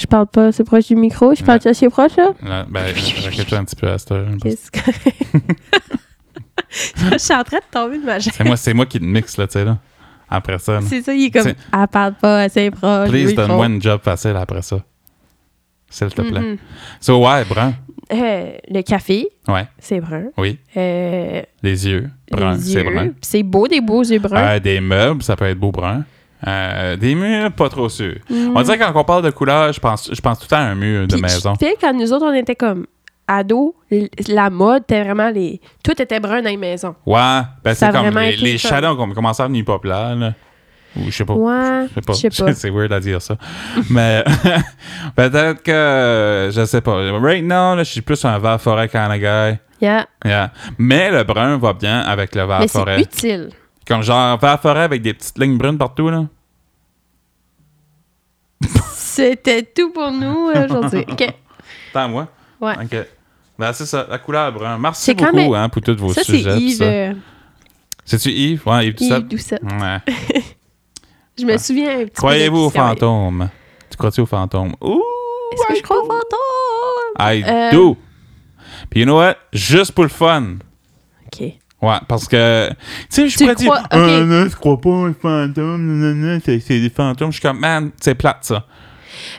A: Je parle pas assez proche du micro, je parle assez proche, là.
B: Là, ben, raquette-toi un petit peu à cette heure.
A: Qu'est-ce que... je suis en train de tomber de ma chaise.
B: C'est moi, c'est moi qui le mixe, là, tu sais, là. Après ça, là.
A: C'est ça, il est comme,
B: C'est-
A: elle parle pas assez proche du
B: Please,
A: micro.
B: donne-moi une job facile après ça. S'il te plaît.
A: Mhm.
B: So, ouais, brun.
A: Euh, le café,
B: Ouais,
A: c'est brun.
B: oui.
A: Euh,
B: Les yeux. Brun,
A: les
B: c'est
A: yeux,
B: brun.
A: puis C'est beau, des beaux yeux bruns.
B: Euh, des meubles, ça peut être beau brun. Euh, des murs, pas trop sûr. On dirait que quand on parle de couleur, je pense, je pense tout le temps à un mur de
A: Mm-hmm. Puis,
B: maison.
A: Tu sais, quand nous autres, on était comme ados, l- la mode était vraiment les... Tout était brun dans les maisons.
B: Ouais, ben
A: Ça a
B: c'est comme
A: vraiment
B: les,
A: été
B: les
A: ça.
B: shadows qu'on commençait à venir populaires, là. Ou je sais pas.
A: Ouais,
B: Oh, Je sais pas.
A: je sais pas.
B: C'est weird à dire ça. Mais peut-être que je sais pas. Right now, là, je suis plus un vert forêt kind of guy.
A: Yeah.
B: Yeah. Mais le brun va bien avec le vert
A: Mais c'est
B: forêt.
A: utile.
B: Comme genre vert forêt avec des petites lignes brunes partout, là.
A: C'était tout pour nous aujourd'hui. OK.
B: Attends, moi.
A: Ouais.
B: OK. Ben, c'est ça, la couleur brun. Merci
A: C'est quand
B: beaucoup
A: même-
B: hein, pour tous vos
A: ça, c'est
B: sujets. pis
A: Yves,
B: ça.
A: euh,
B: C'est-tu Yves? Ouais, Yves
A: Yves
B: Doucette.
A: Doucette.
B: Ouais.
A: Je me souviens un petit peu de
B: Croyez-vous
A: qui
B: aux
A: c'est, ouais.
B: fantômes? Tu crois-tu aux fantômes? Ouh!
A: Est-ce que
B: I
A: je crois aux
B: do.
A: fantômes?
B: I
A: Euh,
B: do! Puis, you know what? Juste pour le fun.
A: OK.
B: Ouais, parce que, tu sais, je
A: Tu
B: pourrais
A: le crois-
B: dire, Ah,
A: ok.
B: non, je crois pas aux fantômes, nanana, c'est c'est des fantômes. Je suis comme, man, c'est plate, ça.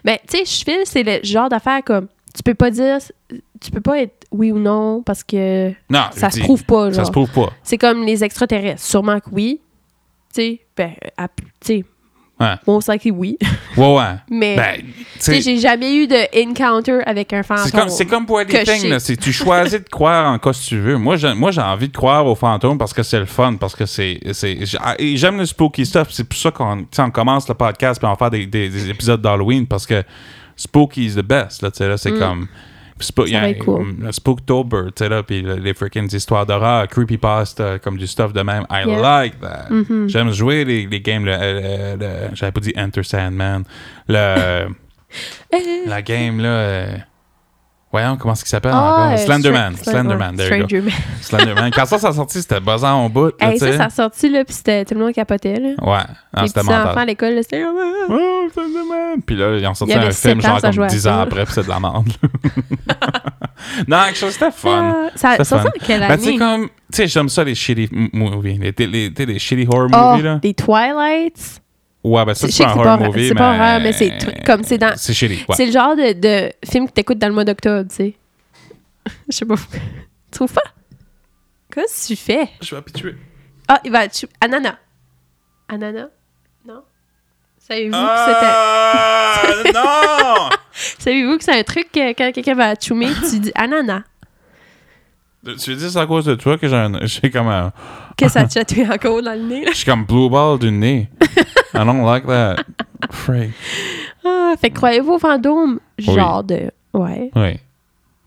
A: Ben, tu sais, je file, c'est le genre d'affaire comme. Tu peux pas dire. Tu peux pas être oui ou non parce que
B: Non,
A: ça
B: Ah, je
A: se
B: dis,
A: prouve pas,
B: Ça
A: genre.
B: se prouve pas.
A: C'est comme les extraterrestres. Sûrement que oui. Tu sais, ben, à- tu sais.
B: Ouais.
A: Bon, c'est que oui.
B: Ouais, ouais.
A: Mais.
B: Ben, tu
A: tu sais,
B: sais,
A: j'ai jamais eu de encounter avec un fantôme.
B: c'est comme, c'est comme pour
A: que
B: les
A: je sais.
B: things, là. C'est- Tu choisis de croire en quoi si tu veux. Moi, j'ai, moi, j'ai envie de croire aux fantômes parce que c'est le fun, parce que c'est. c'est j'a- et j'aime le spooky stuff. C'est pour ça qu'on tu sais, on commence le podcast puis on va faire des, des- des épisodes d'Halloween parce que spooky is the best, là. Tu sais, là, c'est comme. Puis c'est pas- il y a
A: Mm. va être cool.
B: le Spooktober, tu sais, là, puis le- les freaking histoires d'horreur, creepypasta, comme du stuff de même.
A: Yeah.
B: I
A: Mm-hmm.
B: like that. J'aime jouer les, les games, le, le- le- j'avais pas dit Enter Sandman, le,
A: Euh,
B: la game, là, euh, voyons, comment est-ce qu'il s'appelle
A: ah,
B: encore?
A: euh,
B: ben, Slenderman,
A: Stra-
B: Slenderman, there you go.
A: Stranger Man.
B: Slenderman. Quand ça, ça a sorti, c'était buzzant en bout, là,
A: Hey,
B: tu
A: ça,
B: sais.
A: ça a sorti, là, puis c'était tout le monde capotait, là.
B: Ouais, non,
A: les
B: Ah, c'était
A: petits enfants à
B: mental.
A: l'école, là, c'était. ah,
B: Oh, Slenderman! Puis là, ils ont sorti
A: Il y avait
B: un film
A: sept ans,
B: genre
A: ça jouait
B: comme
A: à
B: 10
A: ça.
B: ans après, puis c'est de la merde. non, quelque chose, c'était fun.
A: Ah, Ça, ça
B: C'était
A: sort
B: fun.
A: en quelle
B: Ben, tu sais,
A: année?
B: comme. Tu sais, j'aime ça, les shitty m- movies. Les, les, les, tu sais, les shitty horror
A: Oh,
B: movies, là.
A: des Twilights.
B: Ouais, ben, ça,
A: Je
B: c'est
A: sais
B: pas un
A: que c'est
B: horror
A: pas-
B: movie.
A: c'est pas horreur, mais c'est tr- comme c'est dans-
B: C'est shitty, ouais.
A: C'est le genre de, de film que t'écoutes dans le mois d'octobre, tu sais. Je sais pas. Tu trouves pas? Qu'est-ce que tu fais?
B: Je suis habitué.
A: Ah, il va... Tu... Anana. Anana? Non? Savez-vous
B: Ah! non!
A: que c'était... Savez-vous que c'est un truc que quand quelqu'un va choumer, tu dis anana,
B: Tu veux dire, c'est à cause de toi que j'ai un- j'ai comme un.
A: que ça te chatouille encore dans le nez, là.
B: Je suis comme blue ball du nez. I don't like that. Freak.
A: Ah, fait que croyez-vous au fantôme?
B: Oui.
A: Genre de... Ouais.
B: Oui.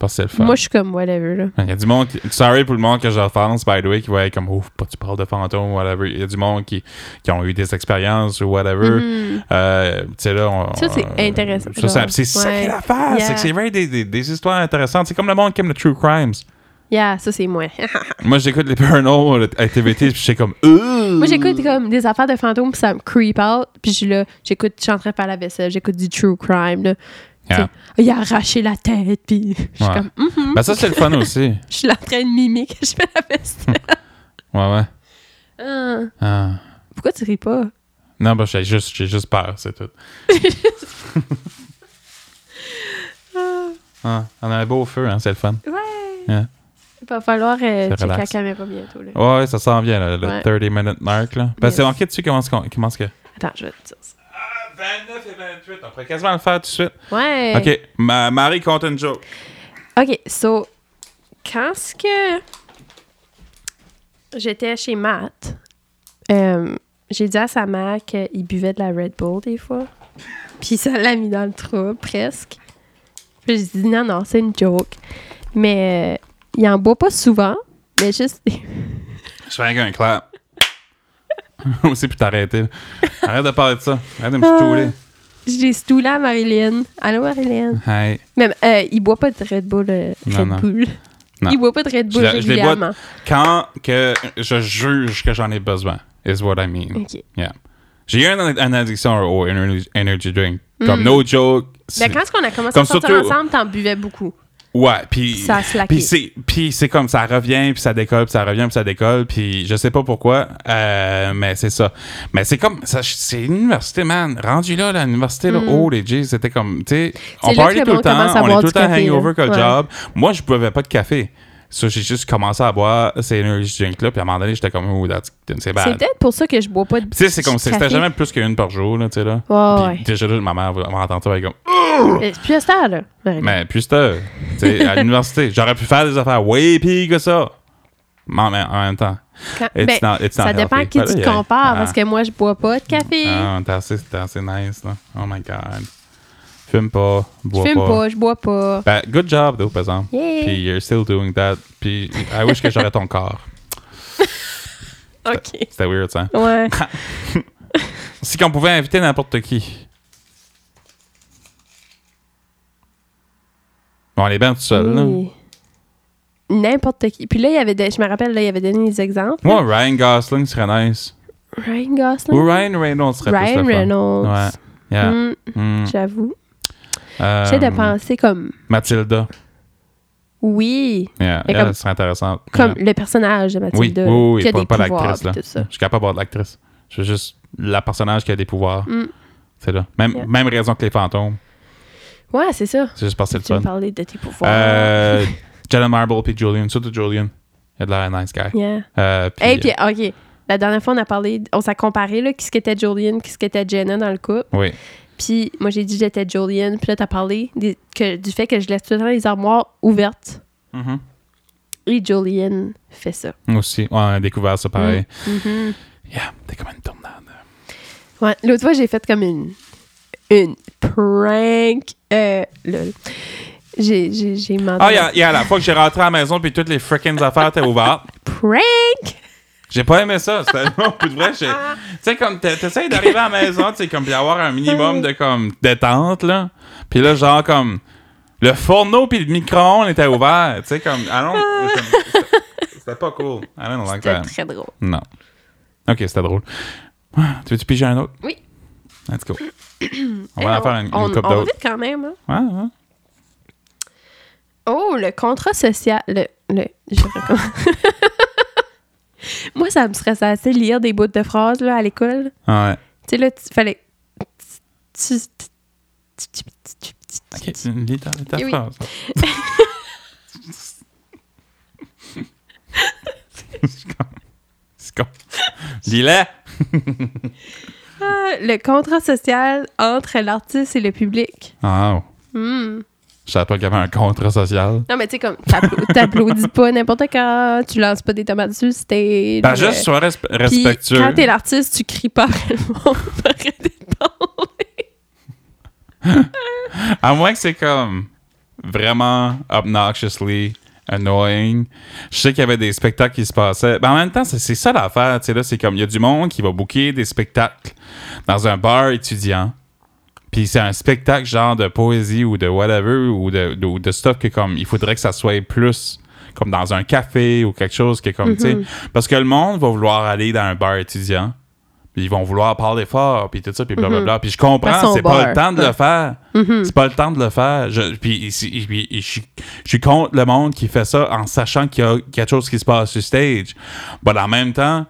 B: Parce que c'est le fun.
A: Moi, je suis comme whatever, là.
B: Il y a du monde. qui- Sorry pour le monde que j'offense, by the way, qui va être comme, ouf, pas tu parles de fantômes, whatever. Il y a du monde qui, qui ont eu des expériences ou whatever.
A: Mhm.
B: Euh, tu sais, là, on-
A: Ça, c'est
B: euh,
A: intéressant,
B: ça, c'est-
A: genre.
B: c'est ça qui est
A: Ouais.
B: l'affaire.
A: Yeah.
B: C'est que c'est vrai des, des, des histoires intéressantes. C'est comme le monde qui aime le true crimes.
A: Yeah, ça, c'est moi.
B: Moi, j'écoute les paranormal activities, puis j'étais comme, euh. Ugh!
A: Moi, j'écoute comme des affaires de fantômes, puis ça me creep out. Puis je suis là, j'écoute, je suis en train de faire la vaisselle, j'écoute du true crime. Là.
B: Yeah.
A: Tu sais, Il a arraché la tête, puis je suis
B: Ouais.
A: comme, mhm.
B: Ben, ça, c'est le fun aussi.
A: je suis là en train de mimer que je fais la vaisselle.
B: Ouais, ouais.
A: Ah.
B: Ah.
A: Pourquoi tu ris pas?
B: Non, ben, j'ai juste, j'ai juste peur, c'est tout. Ah, on a un beau feu, hein, c'est le fun.
A: Ouais.
B: Yeah.
A: Il va falloir euh,
B: Ça
A: checker la
B: relaxe.
A: caméra bientôt. Là.
B: Ouais, ouais, ça s'en vient, là, le
A: Ouais.
B: 30 minute mark, là. Ben,
A: Yes.
B: c'est manqué dessus, comment, est-ce qu'on- comment est-ce que.
A: Attends, je vais te dire ça.
B: Ah, 29 et 28, on pourrait quasiment le faire tout de suite.
A: Ouais.
B: Ok, Ma- Marie compte une joke.
A: OK, so, quand ce que j'étais chez Matt, euh, j'ai dit à sa mère qu'il buvait de la Red Bull des fois. Puis ça l'a mis dans le trou, presque. Puis j'ai dit non, non, c'est une joke. Mais euh, il en boit pas souvent, mais juste...
B: Je fais rien qu'un clap. Moi aussi, puis t'arrêter. Arrête de parler de ça. Arrête de me stouler.
A: je l'ai stoulé à Marilyn. Allô, Marilyn?
B: Hey.
A: Même, euh, il boit pas de Red Bull. euh,
B: Non,
A: Red
B: non.
A: Bull.
B: Non.
A: Il boit pas de Red Bull
B: Je la- je les bois-
A: régulièrement.
B: Quand que je juge que j'en ai besoin, is what I mean.
A: OK.
B: Yeah. J'ai eu une, une addiction au energy, energy drink. Comme
A: Mm.
B: no joke. c'est-
A: Ben, quand est-ce qu'on a commencé
B: Comme
A: à sortir
B: surtout-
A: ensemble, t'en buvais beaucoup.
B: Ouais, puis
A: Ça a slacké.
B: puis c'est puis c'est comme ça revient puis ça décolle puis ça revient puis ça décolle puis je sais pas pourquoi euh, mais c'est ça. Mais c'est comme ça c'est l'université man, rendu là là, l'université là, oh les G, c'était comme tu sais
A: Mm. là
B: on
A: que
B: parlait
A: le
B: tout le
A: monde commence à
B: temps, on
A: boire
B: est tout le
A: du
B: temps
A: café, là.
B: hangover que le
A: Ouais.
B: job. Moi je buvais pas de café. Ça j'ai juste commencé à boire ces energy drink là puis à un moment donné j'étais comme oh that's- c'est
A: C'est
B: bad.
A: peut-être pour ça que je bois pas de
B: Tu sais c'est comme c'était
A: café.
B: jamais plus qu'une par jour là, tu sais là.
A: Ouais,
B: Puis déjà là ma mère va m'entendre ça elle est comme
A: ouais. Euh, C'est plus à cette heure, là. Ben, Ouais.
B: Mais plus tard, tu sais, à l'université, j'aurais pu faire des affaires way pire que ça. Mais en, mais en même temps,
A: Quand-
B: it's
A: ben,
B: not- it's not
A: ça dépend à
B: healthy.
A: qui
B: Ben
A: tu
B: là,
A: te
B: yeah.
A: compares,
B: Ah.
A: parce que moi, je bois pas de café.
B: Ah, t'es assez, t'es assez nice, là. Oh my God. Fume pas, bois
A: Je fume
B: pas.
A: pas, je bois pas.
B: Ben, good job, though, par exemple.
A: Yeah.
B: Puis, you're still doing that. Puis, I wish que j'aurais ton corps. Ben,
A: OK.
B: C'était weird, ça.
A: Ouais.
B: Si qu'on pouvait inviter n'importe qui. Bon, on est bien tout seul, là.
A: Oui. N'importe qui. Puis là, il y avait des- je me rappelle, là, il avait donné des exemples.
B: Moi, Ryan Gosling serait nice.
A: Ryan Gosling.
B: Ou Ryan Reynolds serait plus
A: Ryan
B: le fun.
A: Reynolds.
B: Ouais. Yeah.
A: Hmm,
B: Mm.
A: J'avoue.
B: Euh,
A: J'essaie de penser comme.
B: Mathilda.
A: Oui.
B: Yeah.
A: Mais
B: Elle
A: comme-
B: serait intéressante.
A: Comme
B: Yeah.
A: le personnage de
B: Oui,
A: Mathilda.
B: oui, oui,
A: qui a
B: pas,
A: des
B: pas
A: pouvoirs,
B: l'actrice.
A: puis
B: là.
A: tout ça.
B: Je suis capable de l'actrice. Je veux juste la personnage qui a des pouvoirs.
A: Mm.
B: C'est là. Même,
A: Yeah.
B: même raison que les fantômes.
A: Ouais, c'est ça.
B: C'est juste parce que
A: Tu
B: c'est le
A: me
B: fun.
A: parlais de tes pouvoirs.
B: Euh, Jalen Marble puis Julian. Surtout Julian. Il a de l'air nice guy.
A: Yeah.
B: Euh, puis-
A: Hey, puis, OK. La dernière fois, on a parlé, on s'est comparé, là, qu'est-ce qu'était Julian, qu'est-ce qu'était Jenna dans le couple.
B: Oui.
A: Puis, moi, j'ai dit que j'étais Julian. Puis là, t'as parlé des- que, du fait que je laisse tout le temps les armoires ouvertes.
B: Mhm.
A: Et Julian fait ça.
B: Moi aussi. Ouais, on a découvert
A: Hmm.
B: ça pareil.
A: Mhm.
B: Yeah, t'es comme une tornade.
A: Ouais. L'autre fois, j'ai fait comme une, une prank. Euh, lol. J'ai, j'ai, j'ai menti.
B: Ah, il y a- il y a la fois que j'ai rentré à la maison puis toutes les freaking affaires étaient ouvertes.
A: Prank!
B: J'ai pas aimé ça. C'était non, pour de vrai. j'ai- Tu sais, comme t'es- t'essayes d'arriver à la maison, tu sais, comme puis avoir un minimum de comme détente, là. Puis là, genre, comme le fourneau puis le micro-ondes étaient ouverts. Tu sais, comme, allons. c'était- C'était pas cool. I don't like
A: C'était
B: that.
A: très drôle.
B: Non. Ok, c'était drôle. Ah, Tu veux-tu piger un autre?
A: Oui.
B: Let's go. On va en faire une, une
A: on,
B: coupe
A: on va
B: d'autres.
A: vite quand même, hein?
B: Ouais, ouais.
A: Oh, le contrat social. Le, le, je recommence. Moi, ça me stressait assez de lire des bouts de phrases là, à l'école.
B: Ouais.
A: Tu sais, là, tu fallait. Tu. tu- tu- tu- tu- tu-
B: Ok, Eh tu lis ta, ta
A: Oui, oui.
B: phrase. C'est con. C'est con. Dis-le!
A: Ah, le contrat social entre l'artiste et le public.
B: Ah, oh.
A: Hmm.
B: je savais pas qu'il y avait un contrat social.
A: Non, mais tu sais, comme, t'appla- t'applaudis pas n'importe quand, tu lances pas des tomates sur le stage.
B: Ben,
A: euh,
B: juste, sois resp-
A: puis
B: respectueux.
A: quand t'es l'artiste, tu cries pas vraiment. Arrête de parler.
B: À moins que c'est comme vraiment obnoxiously annoying. Je sais qu'il y avait des spectacles qui se passaient. Ben, en même temps, c'est c'est ça l'affaire. Tu sais, là, c'est comme il y a du monde qui va booker des spectacles dans un bar étudiant. Puis c'est un spectacle genre de poésie ou de whatever ou de, de, ou de stuff que comme il faudrait que ça soit plus comme dans un café ou quelque chose que comme tu
A: Mm-hmm.
B: sais parce que le monde va vouloir aller dans un bar étudiant puis ils vont vouloir parler fort puis tout ça puis blablabla puis je
A: Mm-hmm. Parce
B: comprends
A: qu'on
B: c'est pas
A: bar.
B: le temps de le
A: Ouais. Mm-hmm.
B: faire c'est pas le temps de le faire je, puis c'est- puis je suis- je suis contre le monde qui fait ça en sachant qu'il y a quelque chose qui se passe sur stage mais en même temps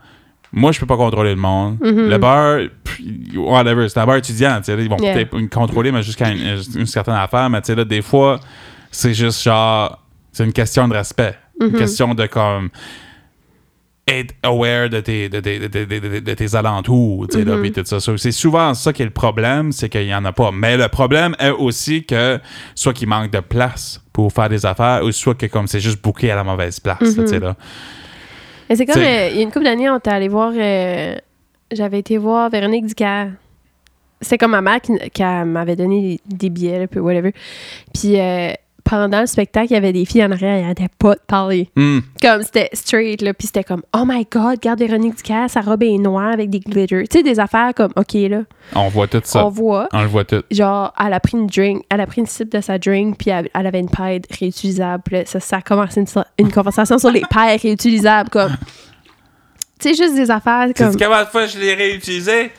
B: moi, je peux pas contrôler le monde.
A: Mm-hmm.
B: Le bar, pff, whatever, c'est un bar étudiant. tu sais, là, Ils vont
A: Yeah.
B: peut-être me contrôler, mais jusqu'à une, une certaine affaire. Mais tu sais, là, des fois, c'est juste genre, c'est une question de respect. Une
A: Mm-hmm.
B: question de comme être aware de tes, de, tes- de tes- de tes- de tes alentours, tu sais,
A: Mm-hmm.
B: là, puis tout ça. So, C'est souvent ça qui est le problème, c'est qu'il y en a pas. Mais le problème est aussi que soit qu'il manque de place pour faire des affaires, ou soit que comme c'est juste bouqué à la mauvaise place, là,
A: Mm-hmm.
B: tu sais, là.
A: Mais c'est comme,
B: C'est-
A: euh, il y a une couple d'années, on était allé voir. euh, J'avais été voir Véronique Dicard. C'est comme ma mère qui, qui m'avait donné des billets, là, puis whatever. Puis euh, pendant le spectacle, il y avait des filles en arrière, elles n'arrêtaient pas de parler.
B: Hmm.
A: Comme c'était straight, là. Puis c'était comme, oh my god, regarde Véronique Dicard, sa robe est noire avec des glitters. Tu sais, des affaires comme, ok, là,
B: On voit tout ça.
A: on voit.
B: On le voit tout.
A: Genre, elle a pris une drink, elle a pris une sip de sa drink, puis elle, elle avait une paille réutilisable. Puis là, Ça, ça a commencé une, une conversation sur les pailles réutilisables, comme. Tu sais, juste des affaires comme.
B: combien de fois je l'ai réutilisé?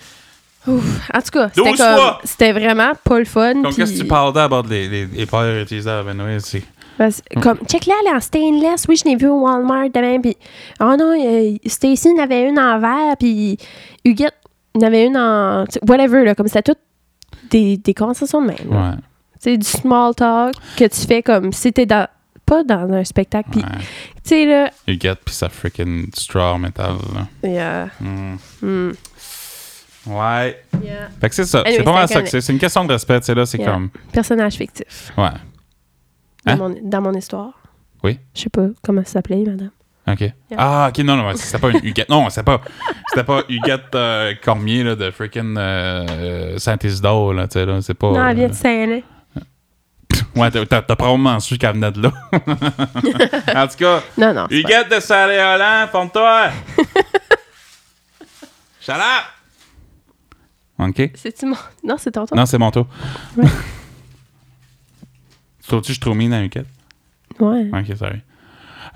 A: Ouf. En tout cas, c'était
B: Douze
A: comme.
B: fois!
A: C'était vraiment pas le fun.
B: Comme
A: puis-
B: qu'est-ce que tu parles d'à bord des les, les pailles réutilisables, Benoît, c'est...
A: Parce-
B: Hmm.
A: Comme, check-la, elle est en stainless. Oui, je l'ai vu au Walmart demain. Puis, oh non, euh, Stacy en avait une en verre. Puis, Huguette en avait une en. tu sais, Whatever, là. Comme c'était tout des, des conversations de même. là.
B: Ouais.
A: Tu sais, du small talk que tu fais comme si t'es dans. Pas dans un spectacle. Puis,
B: ouais.
A: tu sais, là.
B: Huguette pis sa freaking straw metal, là.
A: Yeah.
B: Hmm.
A: Mm.
B: Ouais. Fait que c'est ça.
A: Anyway,
B: c'est pas mal
A: c'est
B: ça que c'est. C'est une question de respect, tu sais, là, c'est
A: Yeah.
B: comme...
A: Personnage fictif.
B: Ouais.
A: Dans,
B: Hein?
A: mon, dans mon histoire.
B: Oui.
A: Je sais pas comment ça s'appelait, madame.
B: OK. Ah, OK, non, non, ouais, c'était pas une Huguette. Non, c'était pas, c'était pas Huguette euh, Cormier là, de freaking euh, euh, Saint-Isidore, là, tu sais, là, c'est pas...
A: non, elle vient
B: euh,
A: de Saint-Hélène.
B: ouais, t'as- t'as t'as probablement su qu'elle venait de là. en tout cas,
A: Non, non. c'est pas-
B: Huguette de Saint-Léolin, forme-toi! Shut up! OK.
A: C'est-tu mon. Non, c'est ton tour.
B: Non, c'est mon tour.
A: Ouais.
B: Trouves-tu que je suis trop mine à Huguette?
A: Ouais.
B: Ok, sorry.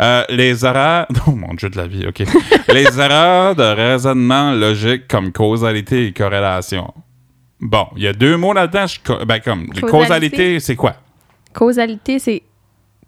B: Euh, les erreurs. Oh mon dieu de la vie, ok. les erreurs de raisonnement logique comme causalité et corrélation. Bon, il y a deux mots là-dedans. je co- Ben, comme. Causalité,
A: Causalité.
B: c'est quoi?
A: Causalité, c'est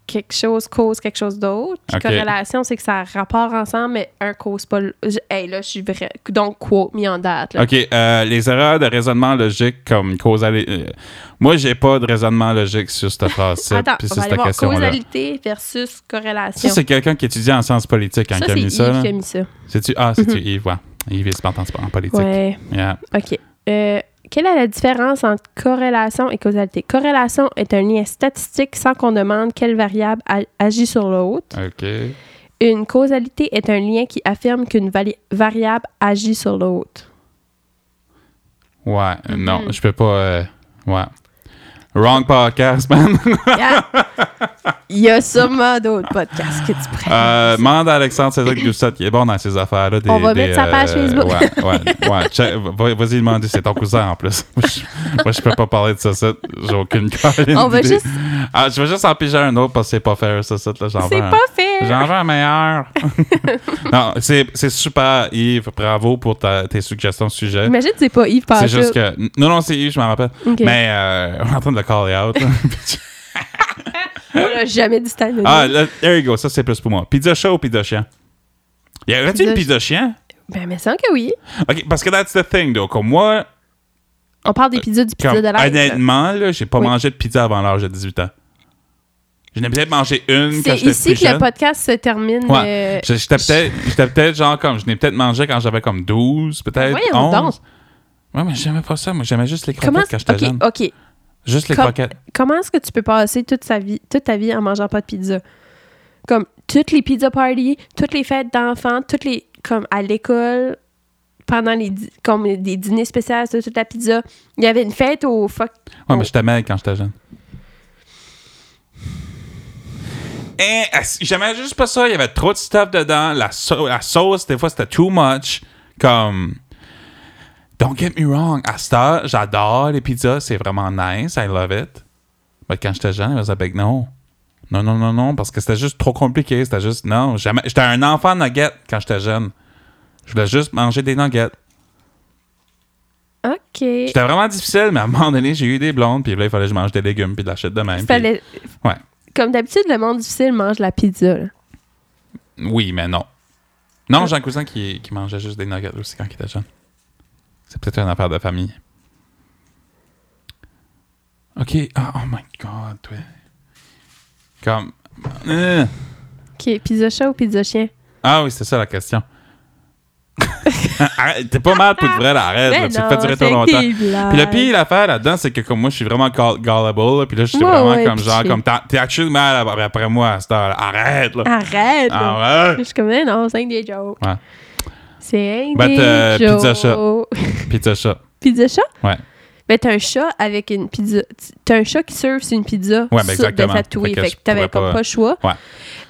A: quelque chose cause quelque chose d'autre. Puis
B: Ok.
A: Corrélation, c'est que ça a rapport ensemble, mais un cause pas. l- je- Hey, là, je suis vrai. Donc, quote mis en date. Là.
B: Ok, euh, les erreurs de raisonnement logique comme causalité. euh, moi, j'ai pas de raisonnement logique sur cette phrase-ci.
A: Attends,
B: puis
A: on va
B: sur
A: aller
B: cette
A: voir
B: question-là.
A: causalité versus
B: Ça,
A: corrélation.
B: c'est quelqu'un qui étudie en sciences politiques quand
A: Ça,
B: il a
A: c'est
B: mis
A: Yves
B: ça. là.
A: qui a mis ça.
B: C'est-tu. Ah, c'est-tu Yves, ouais. Yves, il se plante en, en politique.
A: Ouais.
B: Yeah.
A: OK. Euh, quelle est la différence entre corrélation et causalité? Corrélation est un lien statistique sans qu'on demande quelle variable a- agit sur l'autre.
B: Ok.
A: Une causalité est un lien qui affirme qu'une vali- variable agit sur l'autre.
B: Ouais, euh,
A: Mhm.
B: non, je peux pas. euh, ouais. Wrong podcast, man.
A: Yeah. Il y a sûrement d'autres podcasts que tu prends.
B: Euh, Mande à Alexandre Cédric Doucette, il est bon dans ces affaires-là. des-
A: On va
B: des, euh,
A: mettre sa page Facebook.
B: Ouais, ouais, ouais. Check- va- Vas-y, demander, c'est ton cousin en plus. Moi, je- Moi, je peux pas parler de ça, ça. J'ai aucune carrière.
A: On va juste-
B: Ah, je vais juste en piger un autre parce que c'est pas fair, ça, ça. là, j'en
A: c'est
B: veux un.
A: pas fait.
B: J'en veux un meilleur. non, c'est c'est super, Yves. Bravo pour ta- tes suggestions de sujet.
A: Imagine, c'est pas Yves
B: C'est
A: Pachut.
B: juste que. Non, non, c'est Yves, je m'en rappelle.
A: Ok.
B: Mais euh, on est en train de le caller out. là.
A: On l'a jamais dit cette année.
B: Ah, là, there you go, ça c'est plus pour moi. Pizza chat ou pizza chien? Y aurait-tu une
A: Pizza
B: pizza chien?
A: Ben, mais semble que oui.
B: Ok, parce que that's the thing, though. Comme moi,
A: On parle des pizzas du pizza
B: euh, comme,
A: de l'air.
B: honnêtement, là, j'ai pas
A: Oui.
B: mangé de pizza avant l'âge de 18 ans. Je n'ai peut-être mangé une quand
A: C'est
B: j'étais
A: ici
B: plus
A: que le
B: jeune.
A: podcast se termine. euh,
B: Ouais. Je- J'étais peut-être, j'étais peut-être genre comme, je n'ai peut-être mangé quand j'avais comme 12, peut-être
A: Voyons
B: 11. Ouais, mais j'aimais pas ça. Moi, j'aimais juste les croquettes
A: Comment...
B: quand j'étais
A: OK,
B: jeune.
A: OK.
B: Juste les
A: Com-
B: croquettes.
A: Comment est-ce que tu peux passer toute, sa vie, toute ta vie en mangeant pas de pizza? Comme toutes les pizza parties, toutes les fêtes d'enfants, toutes les. comme à l'école, pendant les. di- comme des dîners spéciaux, c'était toute la pizza. Il y avait une fête au fuck.
B: Ouais, mais j'étais mal quand j'étais jeune. Et Eh, j'aimais juste pas ça. Il y avait trop de stuff dedans. La, sau- la sauce, des fois, c'était too much. Comme. Don't get me wrong. À cette heure, j'adore les pizzas. C'est vraiment nice. I love it. Mais quand j'étais jeune, I was like, non. Non, non, non, non. Parce que c'était juste trop compliqué. C'était juste. Non. j'aimais- J'étais un enfant nugget quand j'étais jeune. Je voulais juste manger des nuggets.
A: OK.
B: C'était vraiment difficile, mais à un moment donné, j'ai eu des blondes. Puis là, il fallait que je mange des légumes. Puis de la shit de même. puis-
A: Fallait-
B: Ouais.
A: Comme d'habitude, le monde difficile mange la pizza. là.
B: Oui, mais non. Non, j'ai un cousin qui, qui mangeait juste des nuggets aussi quand il était jeune. C'est peut-être une affaire de famille. Ok. Ah, oh my god, ouais. Comme. Euh.
A: OK, pizza chat ou pizza chien?
B: Ah oui, c'est ça la question. Ah, Arrête, T'es pas mal pour de vrai, là, arrête. là,
A: Ben
B: tu te
A: non,
B: fais durer trop
A: c'est
B: longtemps.
A: des
B: Puis le
A: blagues.
B: pire l'affaire là-dedans, c'est que comme moi, je suis vraiment gall- gullible. là, Puis là, je suis
A: Ouais,
B: vraiment
A: ouais,
B: comme
A: puis
B: genre,
A: tu-
B: comme t'as- t'es actuellement mal après moi à cette heure-là. Arrête, là.
A: Arrête! là.
B: Arrête.
A: Je suis comme, eh non, c'est un des jokes.
B: Ouais.
A: C'est un
B: But,
A: des
B: euh,
A: jokes.
B: pizza chat. Pizza chat.
A: Pizza chat?
B: Ouais.
A: Mais t'as un chat avec une pizza. T'as un chat qui surfe sur une pizza
B: Ouais, ben
A: sur- de
B: exactement.
A: tatoué.
B: Fait que
A: Fait
B: je
A: que t'avais
B: pourrais
A: comme
B: pas-
A: pas le choix.
B: Ouais.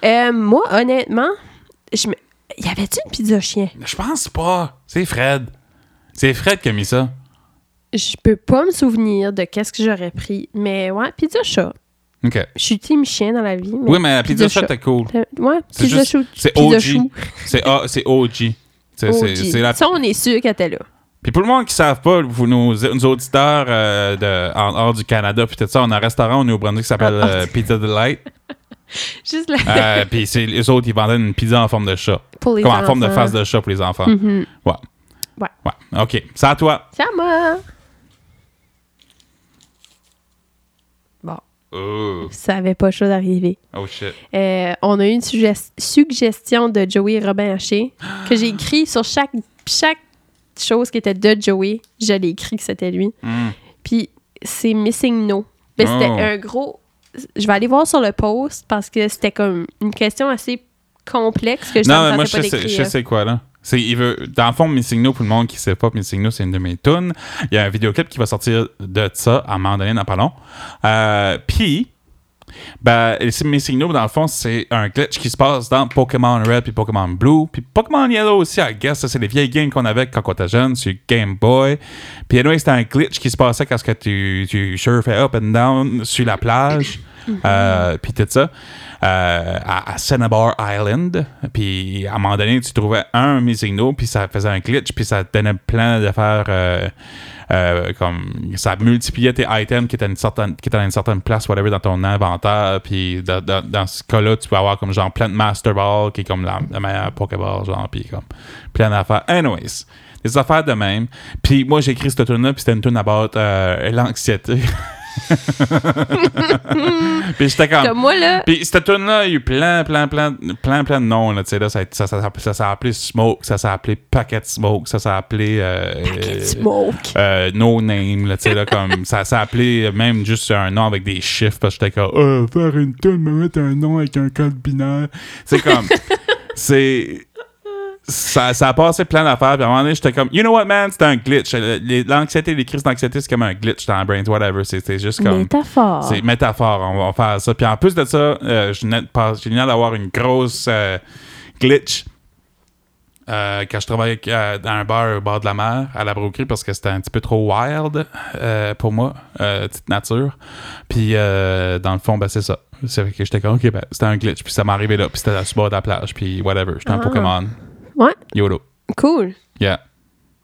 A: Euh, moi, honnêtement, je me... y avait-tu une pizza chien?
B: Je pense pas. C'est Fred. C'est Fred qui a mis ça.
A: Je peux pas me souvenir de qu'est-ce que j'aurais pris. Mais ouais, pizza chat.
B: OK.
A: Je suis team chien dans la vie. mais-
B: Oui, mais la pizza
A: Pizza
B: shot,
A: shot.
B: t'es cool.
A: Euh, Ouais,
B: C'est
A: pizza
B: juste-
A: chou.
B: C'est
A: pizza
B: OG.
A: chou.
B: C'est ah, c'est OG. C'est- C'est
A: OG.
B: c'est la...
A: Ça, on est sûr qu'elle était là.
B: Puis pour le monde qui ne savent pas, vous, nos, nos auditeurs euh, de, en hors du Canada, puis tout ça, on a un restaurant au Nouveau-Brunswick qui s'appelle
A: Ah,
B: euh, Pizza Delight.
A: Juste la...
B: Euh, puis c'est- les autres, ils vendaient une pizza en forme de chat.
A: pour les
B: comme en
A: enfants.
B: forme de face de chat pour les enfants.
A: Mhm.
B: Ouais.
A: Ouais.
B: Ouais. OK. C'est à toi.
A: Ça m'a... Bon,
B: Oh,
A: ça avait pas chaud d'arriver.
B: oh shit.
A: Euh, on a eu une sugges- suggestion de Joey Robin Haché que j'ai écrit sur chaque, chaque chose qui était de Joey. Je l'ai écrit que c'était lui.
B: Hmm.
A: Puis c'est Missing No. Mais c'était
B: Oh.
A: un gros. Je vais aller voir sur le post parce que c'était comme une question assez complexe que je
B: Non, mais
A: ne
B: moi,
A: pas euh.
B: je sais, c'est- je
A: décrire.
B: sais c'est quoi, là. C'est, il veut, dans le fond, Missigno, pour le monde qui sait pas, Missigno, c'est une de mes tunes. Il y a un vidéoclip qui va sortir de ça à Mandoline, à pas long. Euh, Puis, ben, et c'est- Missigno, dans le fond, c'est un glitch qui se passe dans Pokémon Red, puis Pokémon Blue, puis Pokémon Yellow aussi, I guess. Ça, c'est les vieilles games qu'on avait quand on était jeune sur Game Boy. Puis, anyway, c'était un glitch qui se passait quand ce que tu, tu surfais up and down sur la plage. Euh, puis tout ça, euh, à, à Cinnabar Island. Puis à un moment donné, tu trouvais un Misigno, puis ça faisait un glitch, puis ça te donnait plein de faire euh, euh, comme ça multipliait tes items qui étaient à une certaine, qui étaient à une certaine place, whatever, dans ton inventaire. Puis dans, dans- dans ce cas-là, tu peux avoir comme genre plein de Master Ball, qui est comme la, la meilleure Pokéball, genre, puis comme plein d'affaires. Anyways. Des affaires de même. Puis moi, j'ai écrit cette tune-là, puis c'était une tune about euh, l'anxiété. puis j'étais comme.
A: Comme moi, là,
B: Puis cette tune-là, il y a eu plein, plein, plein, plein, plein de noms. Là, tu sais, là, ça, ça, ça, ça, ça s'est appelé Smoke, ça s'est appelé Packet Smoke, ça s'est appelé euh,
A: Packet
B: euh,
A: Smoke.
B: euh, No Name. Là, tu sais, là, comme, ça s'est appelé même juste un nom avec des chiffres. Parce que j'étais comme, Euh, faire une tune, me mettre un nom avec un code binaire. C'est comme, c'est. Ça, ça a passé plein d'affaires. Puis à un moment donné, j'étais comme, you know what, man, c'était un glitch. Le- les- L'anxiété, les crises d'anxiété, c'est comme un glitch dans la brain, whatever. C'est c'est juste comme.
A: Métaphore.
B: C'est métaphore, on va faire ça. Puis en plus de ça, euh, je venais de pas- je venais d'avoir une grosse euh, glitch euh, quand je travaillais euh, dans un bar au bord de la mer, à la broquerie, parce que c'était un petit peu trop wild euh, pour moi, euh, petite nature. Puis euh, dans le fond, ben, c'est ça. C'est vrai que j'étais comme, ok, ben, c'était un glitch. Puis ça m'est arrivé là, puis c'était sur le bord de la plage, puis whatever. J'étais un
A: Ah.
B: Pokémon.
A: Ouais.
B: YOLO.
A: Cool.
B: Yeah.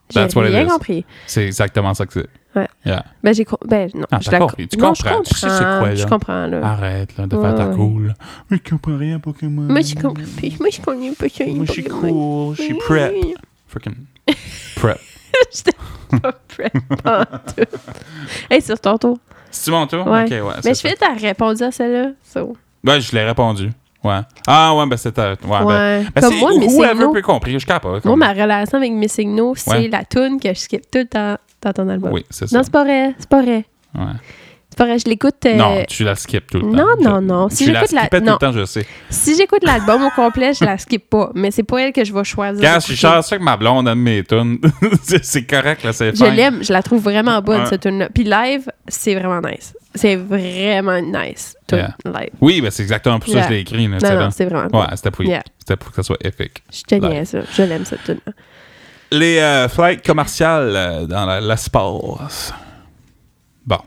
A: J'ai
B: That's what it
A: rien
B: is.
A: compris.
B: C'est exactement ça que c'est.
A: Ouais.
B: Yeah.
A: Ben, j'ai... co- Ben, non.
B: Ah,
A: je
B: t'as
A: la...
B: compris. Tu
A: non, je
B: comprends.
A: comprends.
B: Tu sais c'est quoi,
A: je
B: là. Ah.
A: comprends, là.
B: Arrête là, de faire ta
A: Ouais.
B: cool. Mais je comprends rien à Pokémon.
A: Moi, j'ai compris. Moi, je connais pas ça.
B: Moi, je suis cool, je suis prep. Freaking prep.
A: pas prep en tout. Hey, c'est ton tour.
B: C'est mon tour?
A: Ouais.
B: Ok, ouais.
A: Mais
B: Ah, c'est
A: je
B: ça.
A: fais ta répondu à celle-là. so.
B: Ouais, je l'ai répondu. Ouais. Ah, ouais, ben c'est ta. Ouais, ben.
A: Ouais.
B: ben,
A: Comme
B: c'est-
A: moi, Missing
B: whoever
A: No.
B: peut compris, je capable.
A: Moi, ma relation avec Missing No, c'est
B: Ouais.
A: la tune que je skip tout le temps dans ton album.
B: Oui, c'est ça.
A: Non, c'est pas vrai. C'est pas vrai.
B: Ouais.
A: C'est pas vrai. Je l'écoute. euh,
B: Non, tu la skippes tout le temps.
A: non,
B: Je-
A: non, non. Si
B: tu la
A: j'écoute la-
B: skippais tout
A: non.
B: le temps, je sais.
A: Si j'écoute l'album au complet, je la skip pas. Mais c'est pas elle que je vais choisir.
B: Quand je suis
A: d'écouter.
B: chanceux que ma blonde aime mes tunes, c'est- c'est correct, là, c'est
A: Je
B: fine.
A: l'aime, je la trouve vraiment bonne
B: Ouais.
A: cette tune là Puis live, c'est vraiment nice. C'est vraiment nice tune
B: Yeah.
A: live.
B: Oui, ben c'est exactement pour ça que
A: Yeah.
B: je l'ai écrit. Là, tu sais,
A: Non,
B: là.
A: non, c'est vraiment bon.
B: ouais, c'était pour,
A: Yeah.
B: c'était pour que ça soit épique.
A: Je te
B: Live.
A: niaise, là. je l'aime cette tune là
B: Les euh, flights commerciales euh, dans la- l'espace. Bon.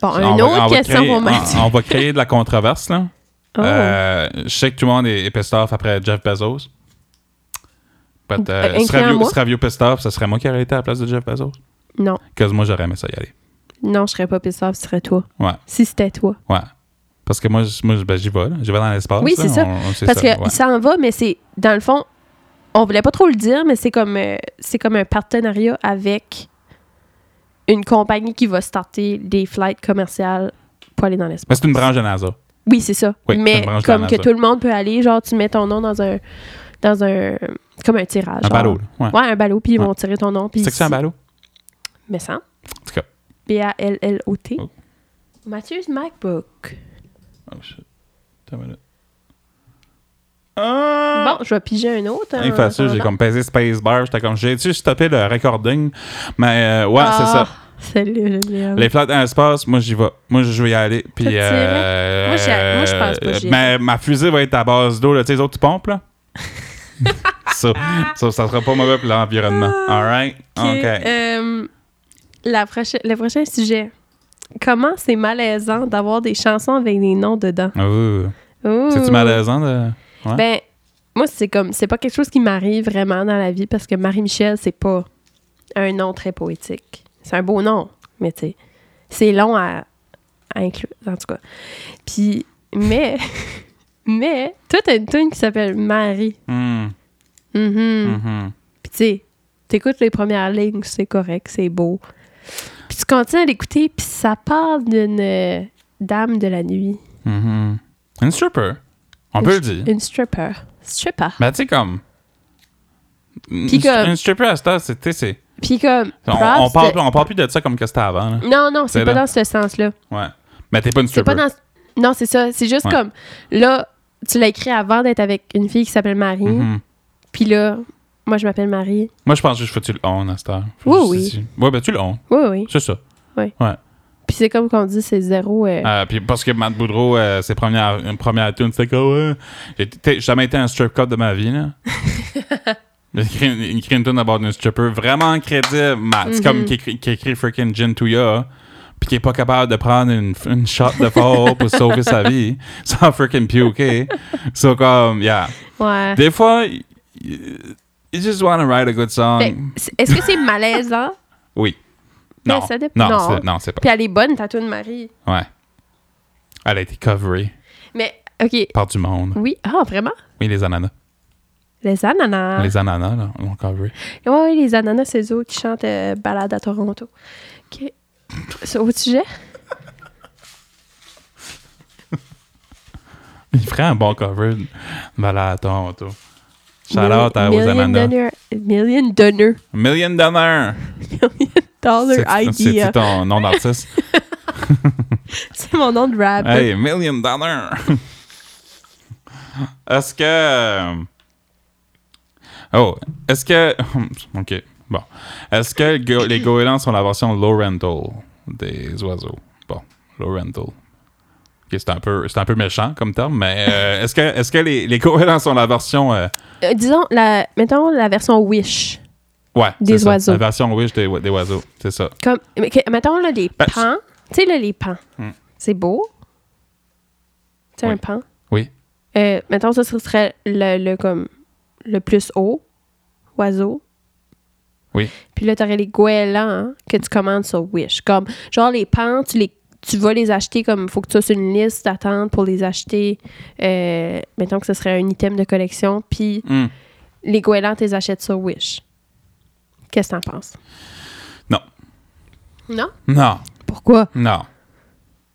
A: Bon,
B: On
A: une
B: va-
A: autre
B: on va
A: question
B: créer-
A: pour
B: on,
A: Mathieu.
B: on va créer de la controverse, là.
A: Oh.
B: Euh, je sais que tout le monde est, est pissed off après Jeff Bezos. But, euh,
A: Euh,
B: ce serait
A: incluant
B: vieux-
A: moi?
B: ce serait vieux pissed off, ce serait moi qui aurais été à la place de Jeff Bezos.
A: Non,
B: Parce que moi, j'aurais aimé ça y aller.
A: non, je serais pas pissed off, ce serait toi.
B: Ouais,
A: Si c'était toi.
B: ouais. Parce que moi, je- moi je- ben, j'y vais, là. J'y vais dans l'espace.
A: Oui,
B: là.
A: c'est ça.
B: On- on sait
A: Parce
B: ça,
A: que
B: ouais.
A: il s'en va, mais c'est dans le fond, on voulait pas trop le dire, mais c'est comme euh, c'est comme un partenariat avec une compagnie qui va starter des flights commerciales pour aller dans l'espace.
B: Mais c'est une branche de NASA.
A: Oui, c'est ça.
B: Oui, c'est
A: mais
B: une branche de la
A: comme que
B: NASA.
A: tout le monde peut aller, genre tu mets ton nom dans un dans un comme un tirage.
B: Un
A: genre.
B: ballot, là. Ouais.
A: Ouais, un ballot, puis ils
B: Ouais.
A: vont tirer ton nom. puis
B: C'est que c'est un
A: si-
B: ballot?
A: Mais sans.
B: En tout cas.
A: B-A-L-L-O-T.
B: Oh.
A: Mathieu's MacBook.
B: Oh, shit. Attends une minute. Ah!
A: Bon, euh, je vais piger un autre. hein. en
B: Hey, facile, j'ai
A: attendant.
B: comme pesé Spacebar, j'étais comme, j'ai-tu stoppé le recording? Mais euh, ouais, c'est
A: Ah,
B: ça.
A: Salut, Julien.
B: Les flottes dans l'espace, moi j'y vais. Moi je vais y aller. Puis,
A: Toi, tu irais? Mm-hmm.
B: euh,
A: Moi, j'y- moi, je pense pas que j'y
B: Mais ma fusée va être à base d'eau, là. Tu sais, les autres, tu pompes, là? ça, ça, ça sera pas mauvais pour l'environnement. Alright?
A: Ah, Ok, euh, la prochaine, le prochain sujet. Comment c'est malaisant d'avoir des chansons avec des noms dedans?
B: Ouh.
A: Euh, Ouh.
B: C'est-tu malaisant de. Ouais.
A: Ben, moi, c'est comme, c'est pas quelque chose qui m'arrive vraiment dans la vie parce que Marie-Michel, c'est pas un nom très poétique. C'est un beau nom, mais tu sais, c'est long à, à inclure, en tout cas. Puis, mais, mais, toi, t'as une tune qui s'appelle Marie.
B: Hmm,
A: Mhm.
B: mhm.
A: Puis tu sais, t'écoutes les premières lignes, c'est correct, c'est beau. Puis tu continues à l'écouter, puis ça parle d'une euh, dame de la nuit.
B: Mhm. Une stripper. On peut le dire.
A: Une stripper. Stripper.
B: Mais tu sais, comme.
A: Puis comme-
B: Une stripper à cette heure, c'est. tu sais, c'est-
A: Puis comme,
B: On,
A: props
B: on, parle,
A: de-
B: on parle plus de ça comme que c'était avant. Là.
A: Non, non,
B: C'est
A: c'est pas
B: là.
A: dans ce sens-là.
B: Ouais. Mais t'es pas une
A: C'est
B: stripper.
A: pas dans... Non, c'est ça. C'est juste
B: Ouais.
A: comme, là, tu l'as écrit avant d'être avec une fille qui s'appelle Marie.
B: Mhm.
A: Puis là, moi, je m'appelle Marie.
B: Moi, je pense juste que tu le on à cette heure.
A: Oui,
B: Juste
A: oui.
B: ici. Ouais, ben tu le on.
A: Oui, oui.
B: C'est ça.
A: Puis c'est comme qu'on dit, c'est zéro. euh,
B: Euh, puis parce que Matt Boudreau, euh, ses premières, une première tune, c'était quoi, ouais. J'ai t- jamais été à un strip club de ma vie, là. Il écrit une, il écrit une tune à bord d'un stripper vraiment crédible, Matt. C'est
A: Mm-hmm.
B: comme qui écrit, qui écrit freaking Gin Tuya, puis qui est pas capable de prendre une, une shot de fort pour sauver sa vie, sans freaking puker. So, comme, yeah.
A: Ouais.
B: Des fois, y- y- you just wanna write a good song.
A: Fait- Ben, c'est- Est-ce que c'est malaisant?
B: Oui.
A: Ben,
B: Non.
A: ça dépend.
B: non,
A: Non.
B: c'est- non, c'est pas.
A: Puis elle est bonne, ta toune Marie.
B: Ouais. Elle a été coverée
A: Mais, OK.
B: par du monde.
A: Oui. Ah, vraiment?
B: Oui, les ananas.
A: Les ananas.
B: Les ananas, là, on l'a coveré.
A: Ouais, ouais, les ananas, c'est eux autres qui chantent euh, Balade à Toronto. OK. C'est au sujet?
B: Il ferait un bon cover. Voilà, à Toronto. Shout out à- aux
A: Million
B: ananas.
A: Dollar, million Dollar,
B: Million Dollar.
A: dollar
B: C'est- c'est-
A: Idea.
B: C'est ton nom d'artiste.
A: C'est mon nom de rap.
B: hey, Million Dollar. est-ce que. euh, Oh, est-ce que. Ok, bon. Est-ce que le go- les goélands sont la version low rental des oiseaux? Bon, low rental. Ok, c'est un, peu- c'est un peu méchant comme terme, mais euh, est-ce que, est que les, les goélands sont la version. euh,
A: Euh, disons, la, mettons la version Wish.
B: Ouais.
A: Des
B: c'est ça.
A: oiseaux.
B: La version Wish des, des oiseaux. C'est ça.
A: Comme, mais que- mettons là, les
B: Ben,
A: pans. Tu sais, là, les pans.
B: Hmm.
A: C'est beau. Tu sais,
B: Oui.
A: un pan.
B: Oui.
A: Euh, mettons, ça ce serait le, le, comme, le plus haut oiseau.
B: Oui.
A: Puis là, t'aurais les goélands hein, que tu commandes sur Wish. Comme, genre, les pans, tu, les, tu vas les acheter comme, faut que tu fasses une liste d'attente pour les acheter. Euh, mettons que ce serait un item de collection. Puis
B: Hmm.
A: les goélands, tu les achètes sur Wish. Qu'est-ce que t'en penses?
B: Non.
A: Non?
B: Non.
A: Pourquoi?
B: Non.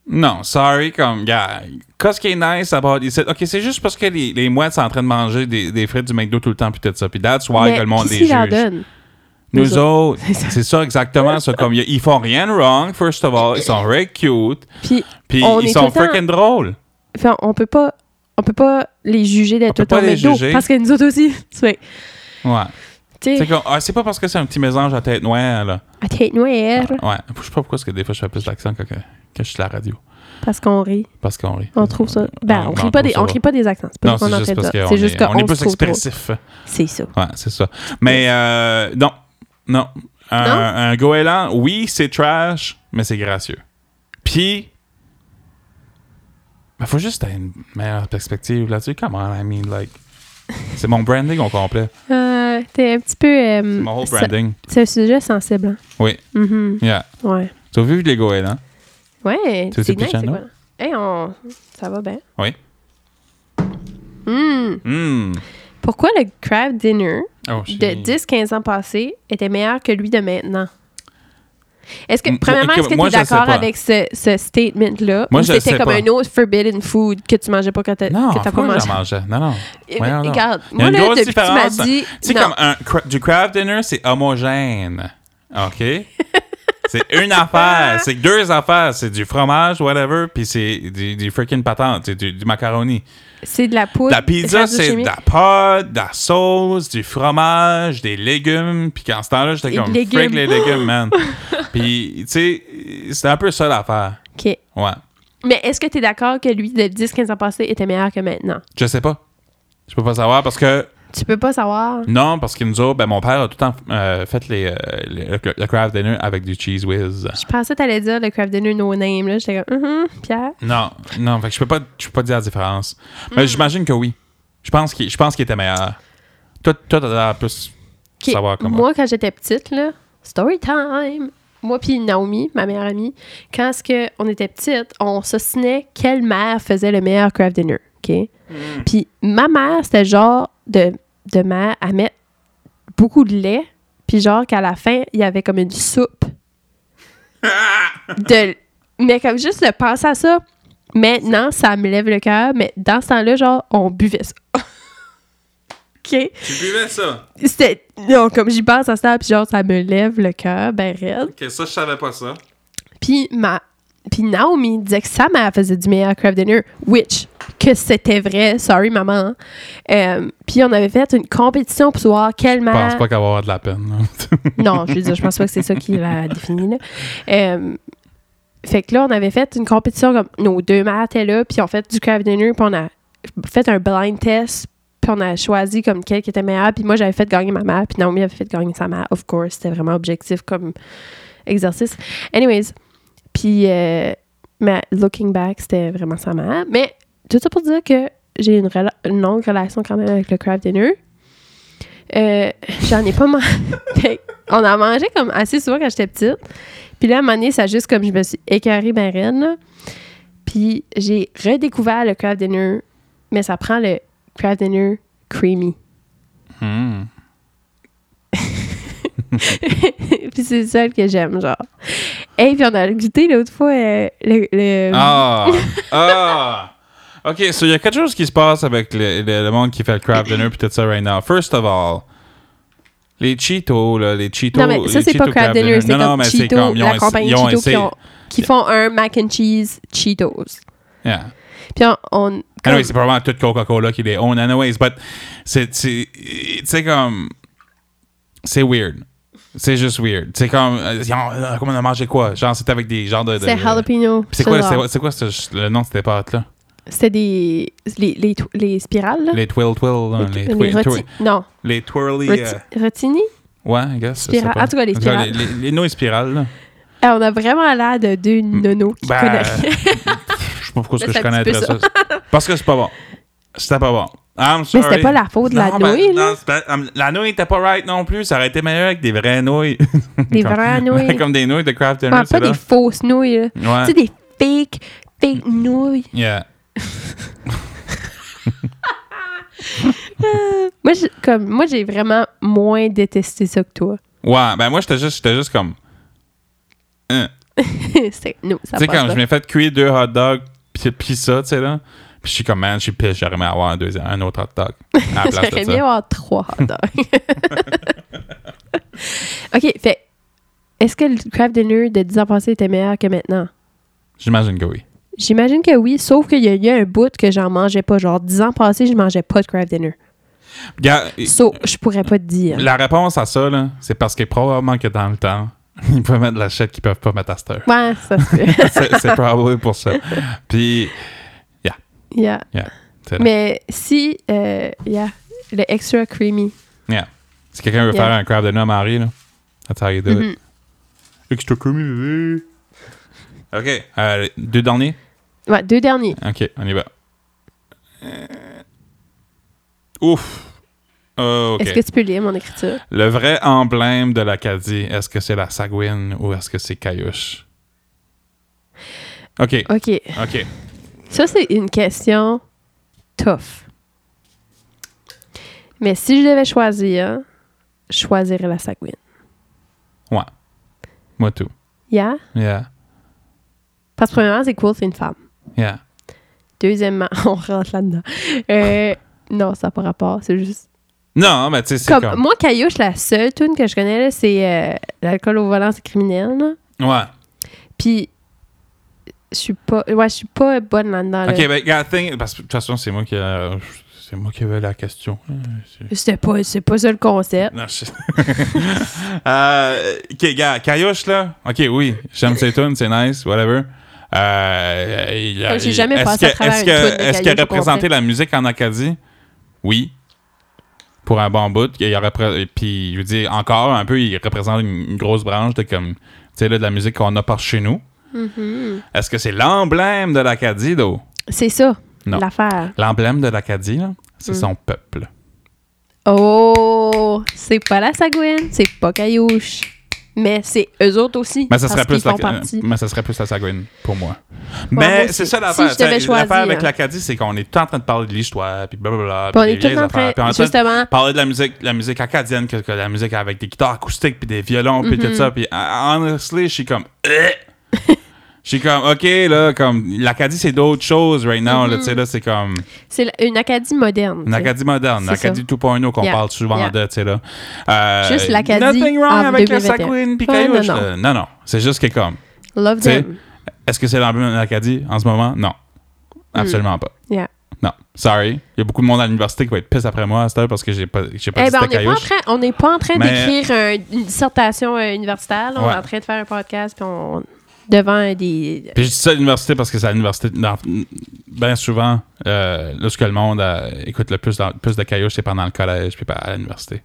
B: Non, sorry, comme, gars. Qu'est-ce qui est nice à part ici? Ok, c'est juste parce que les, les mouettes sont en train de manger des, des frites du McDo tout le temps, puis tout ça. Puis that's why que le monde
A: qui
B: les
A: s'y leur
B: juge.
A: donne?
B: Nous
A: Nous
B: autres,
A: C'est ça.
B: c'est ça exactement. ça, comme, y a- ils font rien de wrong, first of all. Ils sont very cute.
A: Puis,
B: Puis
A: On
B: ils
A: est tout
B: sont
A: le temps-
B: freaking drôles.
A: enfin, on peut pas... On peut pas les juger d'être
B: peut
A: autant
B: pas les
A: McDo,
B: juger.
A: parce que nous autres aussi, tu sais,
B: Ouais.
A: tu
B: C'est
A: sais,
B: comme, ah, c'est pas parce que c'est un petit mésange à tête noire, là.
A: à tête noire,
B: Ouais. Je sais pas pourquoi, parce que des fois, je fais plus l'accent que, que, que je suis à la radio.
A: parce qu'on rit.
B: Parce qu'on rit.
A: On trouve ça. Ben,
B: Non,
A: on
B: ben,
A: crie pas des,
B: trouve ça
A: on
B: drôle.
A: crie pas des accents. C'est pas
B: Non,
A: qu'on
B: c'est
A: en
B: juste
A: fait
B: parce
A: ça.
B: qu'on
A: C'est
B: est,
A: juste
B: on est
A: qu'on
B: plus
A: se trouve drôle.
B: expressif.
A: C'est ça.
B: Ouais, c'est ça. Mais euh, non, non. Un,
A: Non?
B: un goéland, oui, c'est trash, mais c'est gracieux. Puis, il faut juste avoir une meilleure perspective là-dessus. Come on, I mean, like... C'est mon branding au complet.
A: Euh, T'es un petit peu.
B: C'est
A: euh,
B: mon whole
A: ça-
B: branding.
A: C'est un sujet sensible. hein.
B: Oui,
A: Mhm.
B: yeah.
A: Ouais.
B: Tu as vu les goélands?
A: Ouais.
B: Tu veux
A: C'est
B: dire
A: nice, c'est
B: Pichano?
A: quoi? Hey, on. Ça va bien.
B: Oui.
A: Hmm.
B: Hmm.
A: Pourquoi le crab dinner
B: Oh,
A: de 10-15 ans passés était meilleur que lui de maintenant? Est-ce que,
B: M-
A: premièrement,
B: ok,
A: est-ce que tu
B: moi,
A: es
B: je sais
A: d'accord
B: pas.
A: avec ce, ce statement-là?
B: Moi,
A: Ou
B: je
A: c'était
B: sais
A: comme
B: pas.
A: un autre forbidden food que tu mangeais pas quand t'as
B: Non,
A: que t'as pas
B: pourquoi j'en
A: mangé?
B: mangeais? Non, non.
A: Eh,
B: Voyons donc.
A: Regarde,
B: Il y a
A: moi,
B: une
A: là,
B: grosse
A: depuis que tu m'as
B: différence.
A: dit.
B: Tu sais,
A: non.
B: comme un cra- du craft dinner, c'est homogène. OK? c'est une affaire. C'est deux affaires. C'est du fromage, whatever, puis c'est du, du freaking patente, c'est du, du macaroni.
A: C'est de la poudre.
B: La pizza,
A: rendue
B: c'est de
A: chimique.
B: la pâte, de la sauce, du fromage, des légumes. Puis qu'en ce temps-là, j'étais
A: Et
B: comme,
A: des
B: freak
A: légumes.
B: les légumes, man. puis, tu sais, c'est un peu ça l'affaire.
A: OK.
B: Ouais.
A: Mais est-ce que tu es d'accord que lui, de 10-15 ans passé, était meilleur que maintenant?
B: Je sais pas. Je peux pas savoir parce que
A: Tu peux pas savoir.
B: Non, parce qu'il nous a, ben, mon père a tout le temps euh, fait les, euh, les- le, le craft dinner avec du cheese whiz.
A: Je pensais que t'allais dire le craft dinner no name. là. J'étais comme, hum, hum, Pierre.
B: Non, non, fait que je peux pas, je peux pas dire la différence.
A: Hmm.
B: Mais j'imagine que oui. Je pense qu'il, je pense qu'il était meilleur. Toi, toi, t'as l'air plus
A: OK.
B: savoir comment.
A: Moi, quand j'étais petite, là, story time! Moi puis Naomi, ma meilleure amie, quand est-ce que on était petite, on s'ostinait quelle mère faisait le meilleur craft dinner, OK? Puis ma mère, c'était le genre de, de mère à mettre beaucoup de lait, puis genre qu'à la fin, il y avait comme une soupe. de, mais comme juste de penser à ça, maintenant, ça me lève le cœur, mais dans ce temps-là, genre, on buvait ça. OK?
B: Tu buvais ça.
A: c'était non comme j'y pense à ça puis genre ça me lève le cœur ben raide
B: Ok, ça, je savais pas ça.
A: puis ma Puis Naomi disait que Sam elle faisait du meilleur craft dinner, which que c'était vrai. Sorry, maman. hein. Euh, puis on avait fait une compétition pour savoir quelle
B: Je pense
A: mère.
B: pas qu'elle va avoir de la peine. là.
A: Non, je veux dire, je pense pas que c'est ça qui l'a défini. Là. Euh, fait que là, on avait fait une compétition comme nos deux mères étaient là, puis on fait du craft dinner, puis on a fait un blind test, puis on a choisi comme quel qui était meilleur, puis moi j'avais fait gagner ma mère, puis Naomi avait fait gagner sa mère. Of course, c'était vraiment objectif comme exercice. Anyways, puis euh, mais looking back, c'était vraiment sa mère. Mais tout ça pour dire que j'ai une, rela- une longue relation quand même avec le craft dinner. Euh, j'en ai pas mangé. on en mangeait comme assez souvent quand j'étais petite. Puis là, à un moment donné, ça a juste comme je me suis écœurée ben reine. là. Puis j'ai redécouvert le craft dinner, mais ça prend le craft dinner creamy. Euh,
B: Hmm.
A: puis c'est le seul que j'aime, genre. Et puis on a goûté l'autre fois euh, le, le-
B: Ah! Ah! OK, so il y a quelque chose qui se passe avec le, le- le monde qui fait le craft dinner puis tout ça right now. First of all, les Cheetos, là, les Cheetos...
A: Non, mais ça,
B: les
A: c'est pas
B: Cheetos
A: craft dinner, c'est
B: Non, non,
A: comme
B: mais c'est
A: Cheeto,
B: comme, ils ont
A: la
B: essa-
A: compagnie
B: ils ont
A: Cheeto
B: essayé-
A: qui, ont- qui font un mac and cheese Cheetos.
B: Yeah.
A: Puis on... on- comme-
B: Anyway, Ah c'est probablement tout Coca-Cola qui les own anyways, but c'est... c'est- Tu sais, comme... C'est weird. C'est juste weird. C'est comme... euh, ils ont- euh, Comment on a mangé quoi? Genre, c'était avec des genres de... de-
A: c'est jalapeno.
B: Puis C'est quoi,
A: ça, genre.
B: c'est- c'est quoi ce- le nom de cette pâte-là?
A: C'était des... Les, les, tw- les spirales, là.
B: Les Twill Twill, là, les,
A: Les
B: twi-
A: roti-
B: twi-
A: Non,
B: les Twirly... euh,
A: roti- rotini.
B: Ouais, I guess. je sais
A: Spirale.
B: pas.
A: En tout cas, les spirales.
B: Les, les, les nouilles spirales, là.
A: Eh, on a vraiment l'air de deux nonos qui
B: Ben,
A: connaissent
B: je
A: rien.
B: sais pas pourquoi est-ce que je
A: Mais c'est un
B: connais
A: petit
B: ça.
A: peu
B: Parce que c'est pas bon. C'était pas bon. I'm
A: Mais
B: sorry.
A: c'était pas la faute de la
B: Non, ben,
A: nouille,
B: non,
A: là.
B: c'était- um, la nouille était pas right non plus. Ça aurait été meilleur avec des vraies nouilles.
A: Des vraies nouilles.
B: Comme des nouilles de Kraft Dinner,
A: Ouais, pas des fausses nouilles, là.
B: Ouais.
A: Tu
B: Mm.
A: sais, des fake, fake nouilles.
B: Yeah.
A: Moi, j'ai- comme, moi, j'ai vraiment moins détesté ça que toi.
B: Ouais, ben moi, j'étais juste, j'étais juste comme... Hein.
A: C'est- non, ça
B: Tu sais,
A: passe
B: quand
A: pas.
B: je m'ai fait cuire deux hot dogs, pis, pis ça, tu sais, là. Puis je suis comme, man, je suis pisse, j'aurais aimé avoir un, deuxième, un autre hot dog. À la place de
A: J'aurais bien
B: ça.
A: avoir trois hot dogs. OK, fait... Est-ce que le craft dinner de 10 ans passés était meilleur que maintenant?
B: J'imagine que oui.
A: J'imagine que oui, sauf qu'il y a eu un bout que j'en mangeais pas. Genre, 10 ans passés, je mangeais pas de craft dinner.
B: Gars,
A: So, je pourrais pas te dire.
B: La réponse à ça, là, c'est parce que probablement que dans le temps, ils peuvent mettre de la chèque qu'ils peuvent pas mettre à cette heure.
A: Ouais, ça se fait.
B: c'est, c'est probablement pour ça. Puis,
A: Yeah.
B: c'est,
A: Mais si, euh, yeah, le extra creamy.
B: yeah. si quelqu'un
A: Yeah.
B: veut
A: Mm-hmm.
B: faire un crab de noix à Marie, là, that's how you do
A: Mhm.
B: it. Extra creamy, bébé. OK. euh, deux derniers?
A: Ouais, deux derniers.
B: OK, on y va. Euh, Ouf. Oh, OK.
A: Est-ce que tu peux lire mon écriture?
B: Le vrai emblème de l'Acadie, est-ce que c'est la sagouine ou est-ce que c'est Caillouche? OK,
A: OK.
B: OK.
A: Ça, c'est une question tough. Mais si je devais choisir, je choisirais la Sagouine.
B: Moi tout.
A: Yeah?
B: Yeah.
A: Parce que premièrement, c'est cool, c'est une femme.
B: Yeah.
A: Deuxièmement, on rentre là-dedans. Euh, non, ça n'a pas rapport. C'est juste.
B: Non, mais tu sais, c'est
A: Comme,
B: comme...
A: Moi, Caillouche, la seule tune que je connais, là, c'est euh, L'alcool au volant, c'est criminel. là.
B: Ouais.
A: Puis, je suis pas. Ouais, je suis pas bonne là-dedans. là.
B: OK, ben, regarde, thing- parce que de toute façon, c'est moi qui... euh, c'est moi qui avais la question. Euh, c'est-
A: C'est pas, c'est pas ça le concept.
B: Non, je... euh, OK, gars, Caillouche, là. OK, oui, j'aime ses tunes, c'est nice, whatever. Euh, il a-
A: Comme j'ai
B: il-
A: jamais
B: est-ce
A: passé à
B: que-
A: travers
B: Est-ce
A: une
B: que-
A: toune de
B: est-ce qu'il
A: Caillouche
B: a
A: au
B: représenté
A: complet.
B: la musique en Acadie? Oui. Pour un bon bout. Il a repré- Puis, je veux dire, encore un peu, il représente une, une grosse branche de comme... Tu sais, là, de la musique qu'on a par chez nous.
A: Mhm.
B: Est-ce que c'est l'emblème de l'Acadie, d'eau?
A: C'est ça,
B: Non.
A: l'affaire.
B: L'emblème de l'Acadie, là, c'est
A: Mm.
B: son peuple.
A: Oh, c'est pas la Sagouine, c'est pas Caillouche. Mais c'est eux autres aussi.
B: Mais ça, serait
A: parce
B: plus
A: qu'ils
B: la,
A: font partie.
B: euh, mais ça serait plus la Sagouine, pour moi.
A: moi
B: mais
A: aussi.
B: c'est ça l'affaire.
A: Si je devais
B: t'sais,
A: choisir,
B: L'affaire avec
A: hein.
B: l'Acadie, c'est qu'on est tout en train de parler de l'histoire, puis blablabla.
A: Puis on
B: puis
A: est
B: des
A: tout le
B: vieilles
A: temps en train,
B: affaires, puis en même temps,
A: justement,
B: parler de la musique, la musique acadienne, que, que la musique avec des guitares acoustiques, puis des violons, puis
A: Mm-hmm.
B: tout ça. Puis uh, honestly, je suis comme. Euh! Je suis comme, OK, là, comme. L'Acadie, c'est d'autres choses right now. là, tu sais, là, c'est comme.
A: c'est la- une Acadie moderne.
B: Une
A: tu sais.
B: Acadie moderne, une
A: C'est ça.
B: Acadie 2.0 qu'on
A: Yeah.
B: parle souvent
A: Yeah.
B: de, tu sais, là. Euh,
A: Juste l'Acadie
B: Nothing wrong
A: en
B: avec
A: 2021.
B: la Sagouine, puis
A: Ouais, Ah, non,
B: Caillouche,
A: non.
B: là. Non, non. C'est juste que, comme.
A: Love
B: Tu sais,
A: them.
B: Est-ce que c'est l'ambiance en Acadie en ce moment? Non. Absolument pas.
A: Hmm. Yeah.
B: Non. Sorry. Il y a beaucoup de monde à l'université qui va être pisse après moi à cette heure parce que j'ai pas, j'ai pas
A: Eh
B: dit
A: ben, on
B: c'était
A: n'est pas en
B: caillouche.
A: train, on n'est pas en train
B: Mais-
A: d'écrire un- une dissertation euh, universitaire. là. On
B: Ouais.
A: est en train de faire un podcast puis on devant euh, des.
B: Puis je dis ça à l'université parce que c'est à l'université. Bien souvent, euh, là, ce que le monde euh, écoute le plus, dans- plus de caillouches, c'est pendant le collège puis pas à l'université.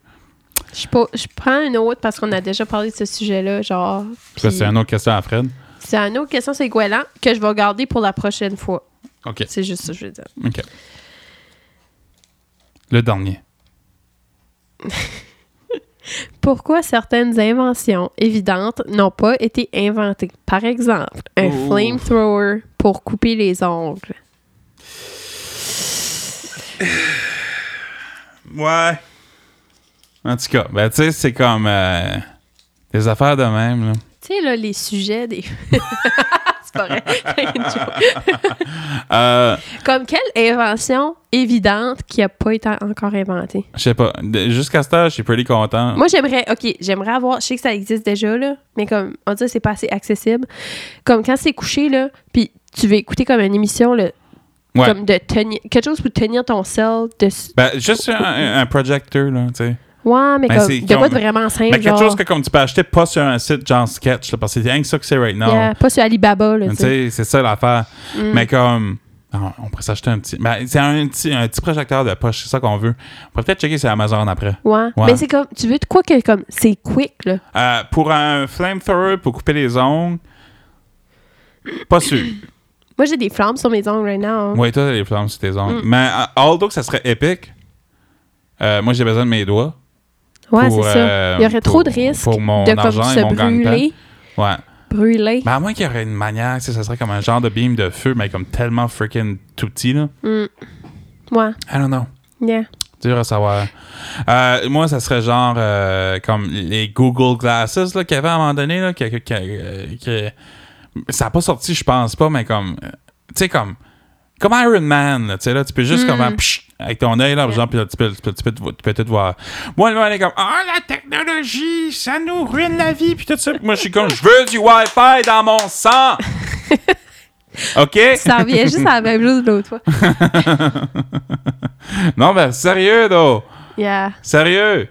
A: Je, pas- je prends une autre parce qu'on a déjà parlé de ce sujet-là, genre.
B: Ça,
A: puis
B: C'est une autre question à Fred.
A: C'est une autre question, c'est Gouelan, que je vais garder pour la prochaine fois.
B: OK.
A: C'est juste ça que je veux dire.
B: OK. Le dernier.
A: Pourquoi certaines inventions évidentes n'ont pas été inventées? Par exemple, un
B: Ouh.
A: flamethrower pour couper les ongles.
B: Ouais. En tout cas, ben, tu sais, c'est comme euh, des affaires de même. Là.
A: Tu sais, là, les sujets des... c'est pas vrai. C'est une joke.
B: Euh,
A: Comme quelle invention évidente qui n'a pas été encore inventée?
B: je sais pas. De- Jusqu'à cette heure, je suis pretty content.
A: Moi, j'aimerais... OK, j'aimerais avoir... Je sais que ça existe déjà, là, mais comme on dit, c'est pas assez accessible. Comme quand c'est couché, là, puis tu veux écouter comme une émission, là,
B: Ouais.
A: comme de tenir... Quelque chose pour tenir ton sel dessus.
B: Ben, juste un- un, un projecteur, là, tu sais.
A: Ouais, mais
B: Ben,
A: comme...
B: c'est
A: de quoi
B: comme-
A: de vraiment simple,
B: Mais quelque
A: genre-
B: chose que comme tu peux acheter pas sur un site genre Sketch, là, parce que c'est rien que ça que c'est right now.
A: Yeah, pas sur Alibaba, là,
B: Mais
A: tu
B: Tu
A: sais.
B: sais, c'est ça l'affaire.
A: Mm.
B: Mais comme. ah, On pourrait s'acheter un petit. Ben, c'est un petit, un petit projecteur de poche, c'est ça qu'on veut. On pourrait peut-être checker sur Amazon après.
A: Ouais.
B: Ouais.
A: Mais c'est comme, tu veux de quoi que, comme, c'est quick, là.
B: Euh, pour un flamethrower pour couper les ongles, pas sûr.
A: Moi, j'ai des flammes sur mes ongles right now. hein.
B: Ouais, toi, t'as les flammes sur tes ongles.
A: Mm.
B: Mais euh, although que ça serait épique, euh, moi, j'ai besoin de mes doigts.
A: Ouais,
B: pour,
A: c'est ça.
B: euh,
A: Il y aurait
B: pour-
A: trop de risques
B: pour mon
A: de, comme,
B: argent et
A: se
B: mon gagne-pain.
A: brûler.
B: Ouais.
A: Brûler.
B: Ben, à moins qu'il y aurait une manière, tu sais, ça serait comme un genre de beam de feu, mais comme tellement freaking tout petit, là.
A: Ouais.
B: I don't know.
A: Yeah.
B: Dur à savoir. Euh, moi, ça serait genre euh, comme les Google Glasses là, qu'il y avait à un moment donné. Là, que- que- que- euh, que- Ça n'a pas sorti, je pense pas, mais comme. euh, Tu sais, comme. Comme Iron Man, là, tu sais, là, tu peux juste
A: Mm.
B: comme faire psh, avec ton œil, là, genre, puis là, tu peux, tu peux, tu peux, te vo- tu peux tout voir. Moi, le monde est comme, ah, la technologie, ça nous ruine la vie, puis tout ça. Puis Moi, je suis comme, je veux du Wi-Fi dans mon sang! OK?
A: Ça revient juste à la même chose de l'autre fois.
B: Non, mais sérieux, though!
A: Yeah.
B: Sérieux!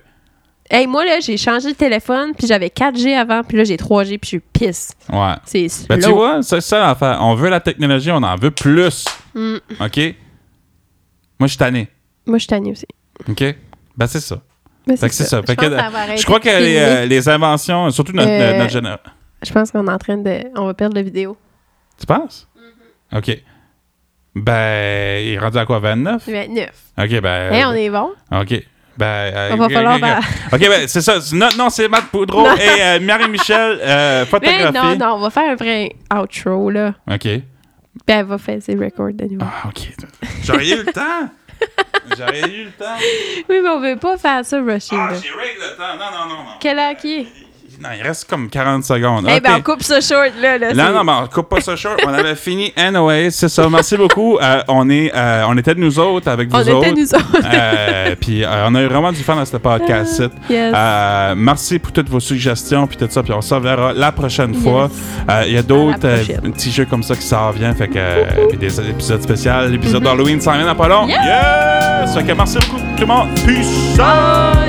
A: Hey, moi, là, j'ai changé de téléphone, puis j'avais 4G avant, puis là, j'ai 3G, puis je pisse.
B: Ouais.
A: C'est
B: Ben, tu
A: slow.
B: vois, c'est ça l'affaire. On veut la technologie, on en veut plus.
A: Mm.
B: OK? Moi, je suis tanné.
A: Moi, je suis tannée aussi.
B: OK? Ben, c'est ça.
A: Mais
B: Fait que c'est ça.
A: Je
B: Fait que,
A: pense ça va arrêter
B: Je crois que
A: de
B: les,
A: filmer.
B: euh, les inventions, surtout notre,
A: Euh,
B: notre génération.
A: Je pense qu'on est en train de... On va perdre la vidéo.
B: Tu penses?
A: Mm-hmm.
B: OK. Ben, il est rendu à quoi? 29?
A: Mais neuf.
B: OK, ben.
A: Hey, Eh, on est bon?
B: OK. Ben, euh,
A: On va
B: ok,
A: falloir...
B: ok, ok. OK, ben, c'est ça. Non, non, c'est Matt Poudreau
A: Non.
B: et euh, Marie-Michel, euh,
A: Mais
B: photographie.
A: non, non, on va faire un vrai outro, là.
B: OK.
A: Ben, elle va faire ses records de nouveau.
B: Ah, OK. J'aurais eu le temps. J'aurais eu le temps.
A: Oui, mais on veut pas faire ça rushing,
B: Ah,
A: là.
B: j'ai règle le temps. Non, non, non, non.
A: Quelle heure qui est?
B: Non, il reste comme 40 secondes.
A: Eh
B: OK.
A: ben, on coupe ce short, là. là
B: non,
A: c'est-
B: non, mais on coupe pas ça short. On avait fini anyway. C'est ça. Merci beaucoup. Euh, on, est, euh, on était de nous autres avec vous
A: On
B: autres.
A: était nous autres.
B: Euh, puis euh, on a eu vraiment du fun dans ce podcast.
A: Ah, Yes.
B: Euh, merci pour toutes vos suggestions puis tout ça. Puis on se reverra la prochaine
A: Yes.
B: fois. Euh, Il y a d'autres
A: À la
B: euh,
A: prochaine.
B: petits jeux comme ça qui s'en reviennent. Fait que euh, puis des épisodes spéciaux. L'épisode d'Halloween s'en vient dans pas long.
A: Mm-hmm. Yeah.
B: Yes! Fait que merci beaucoup tout le monde. Peace! out!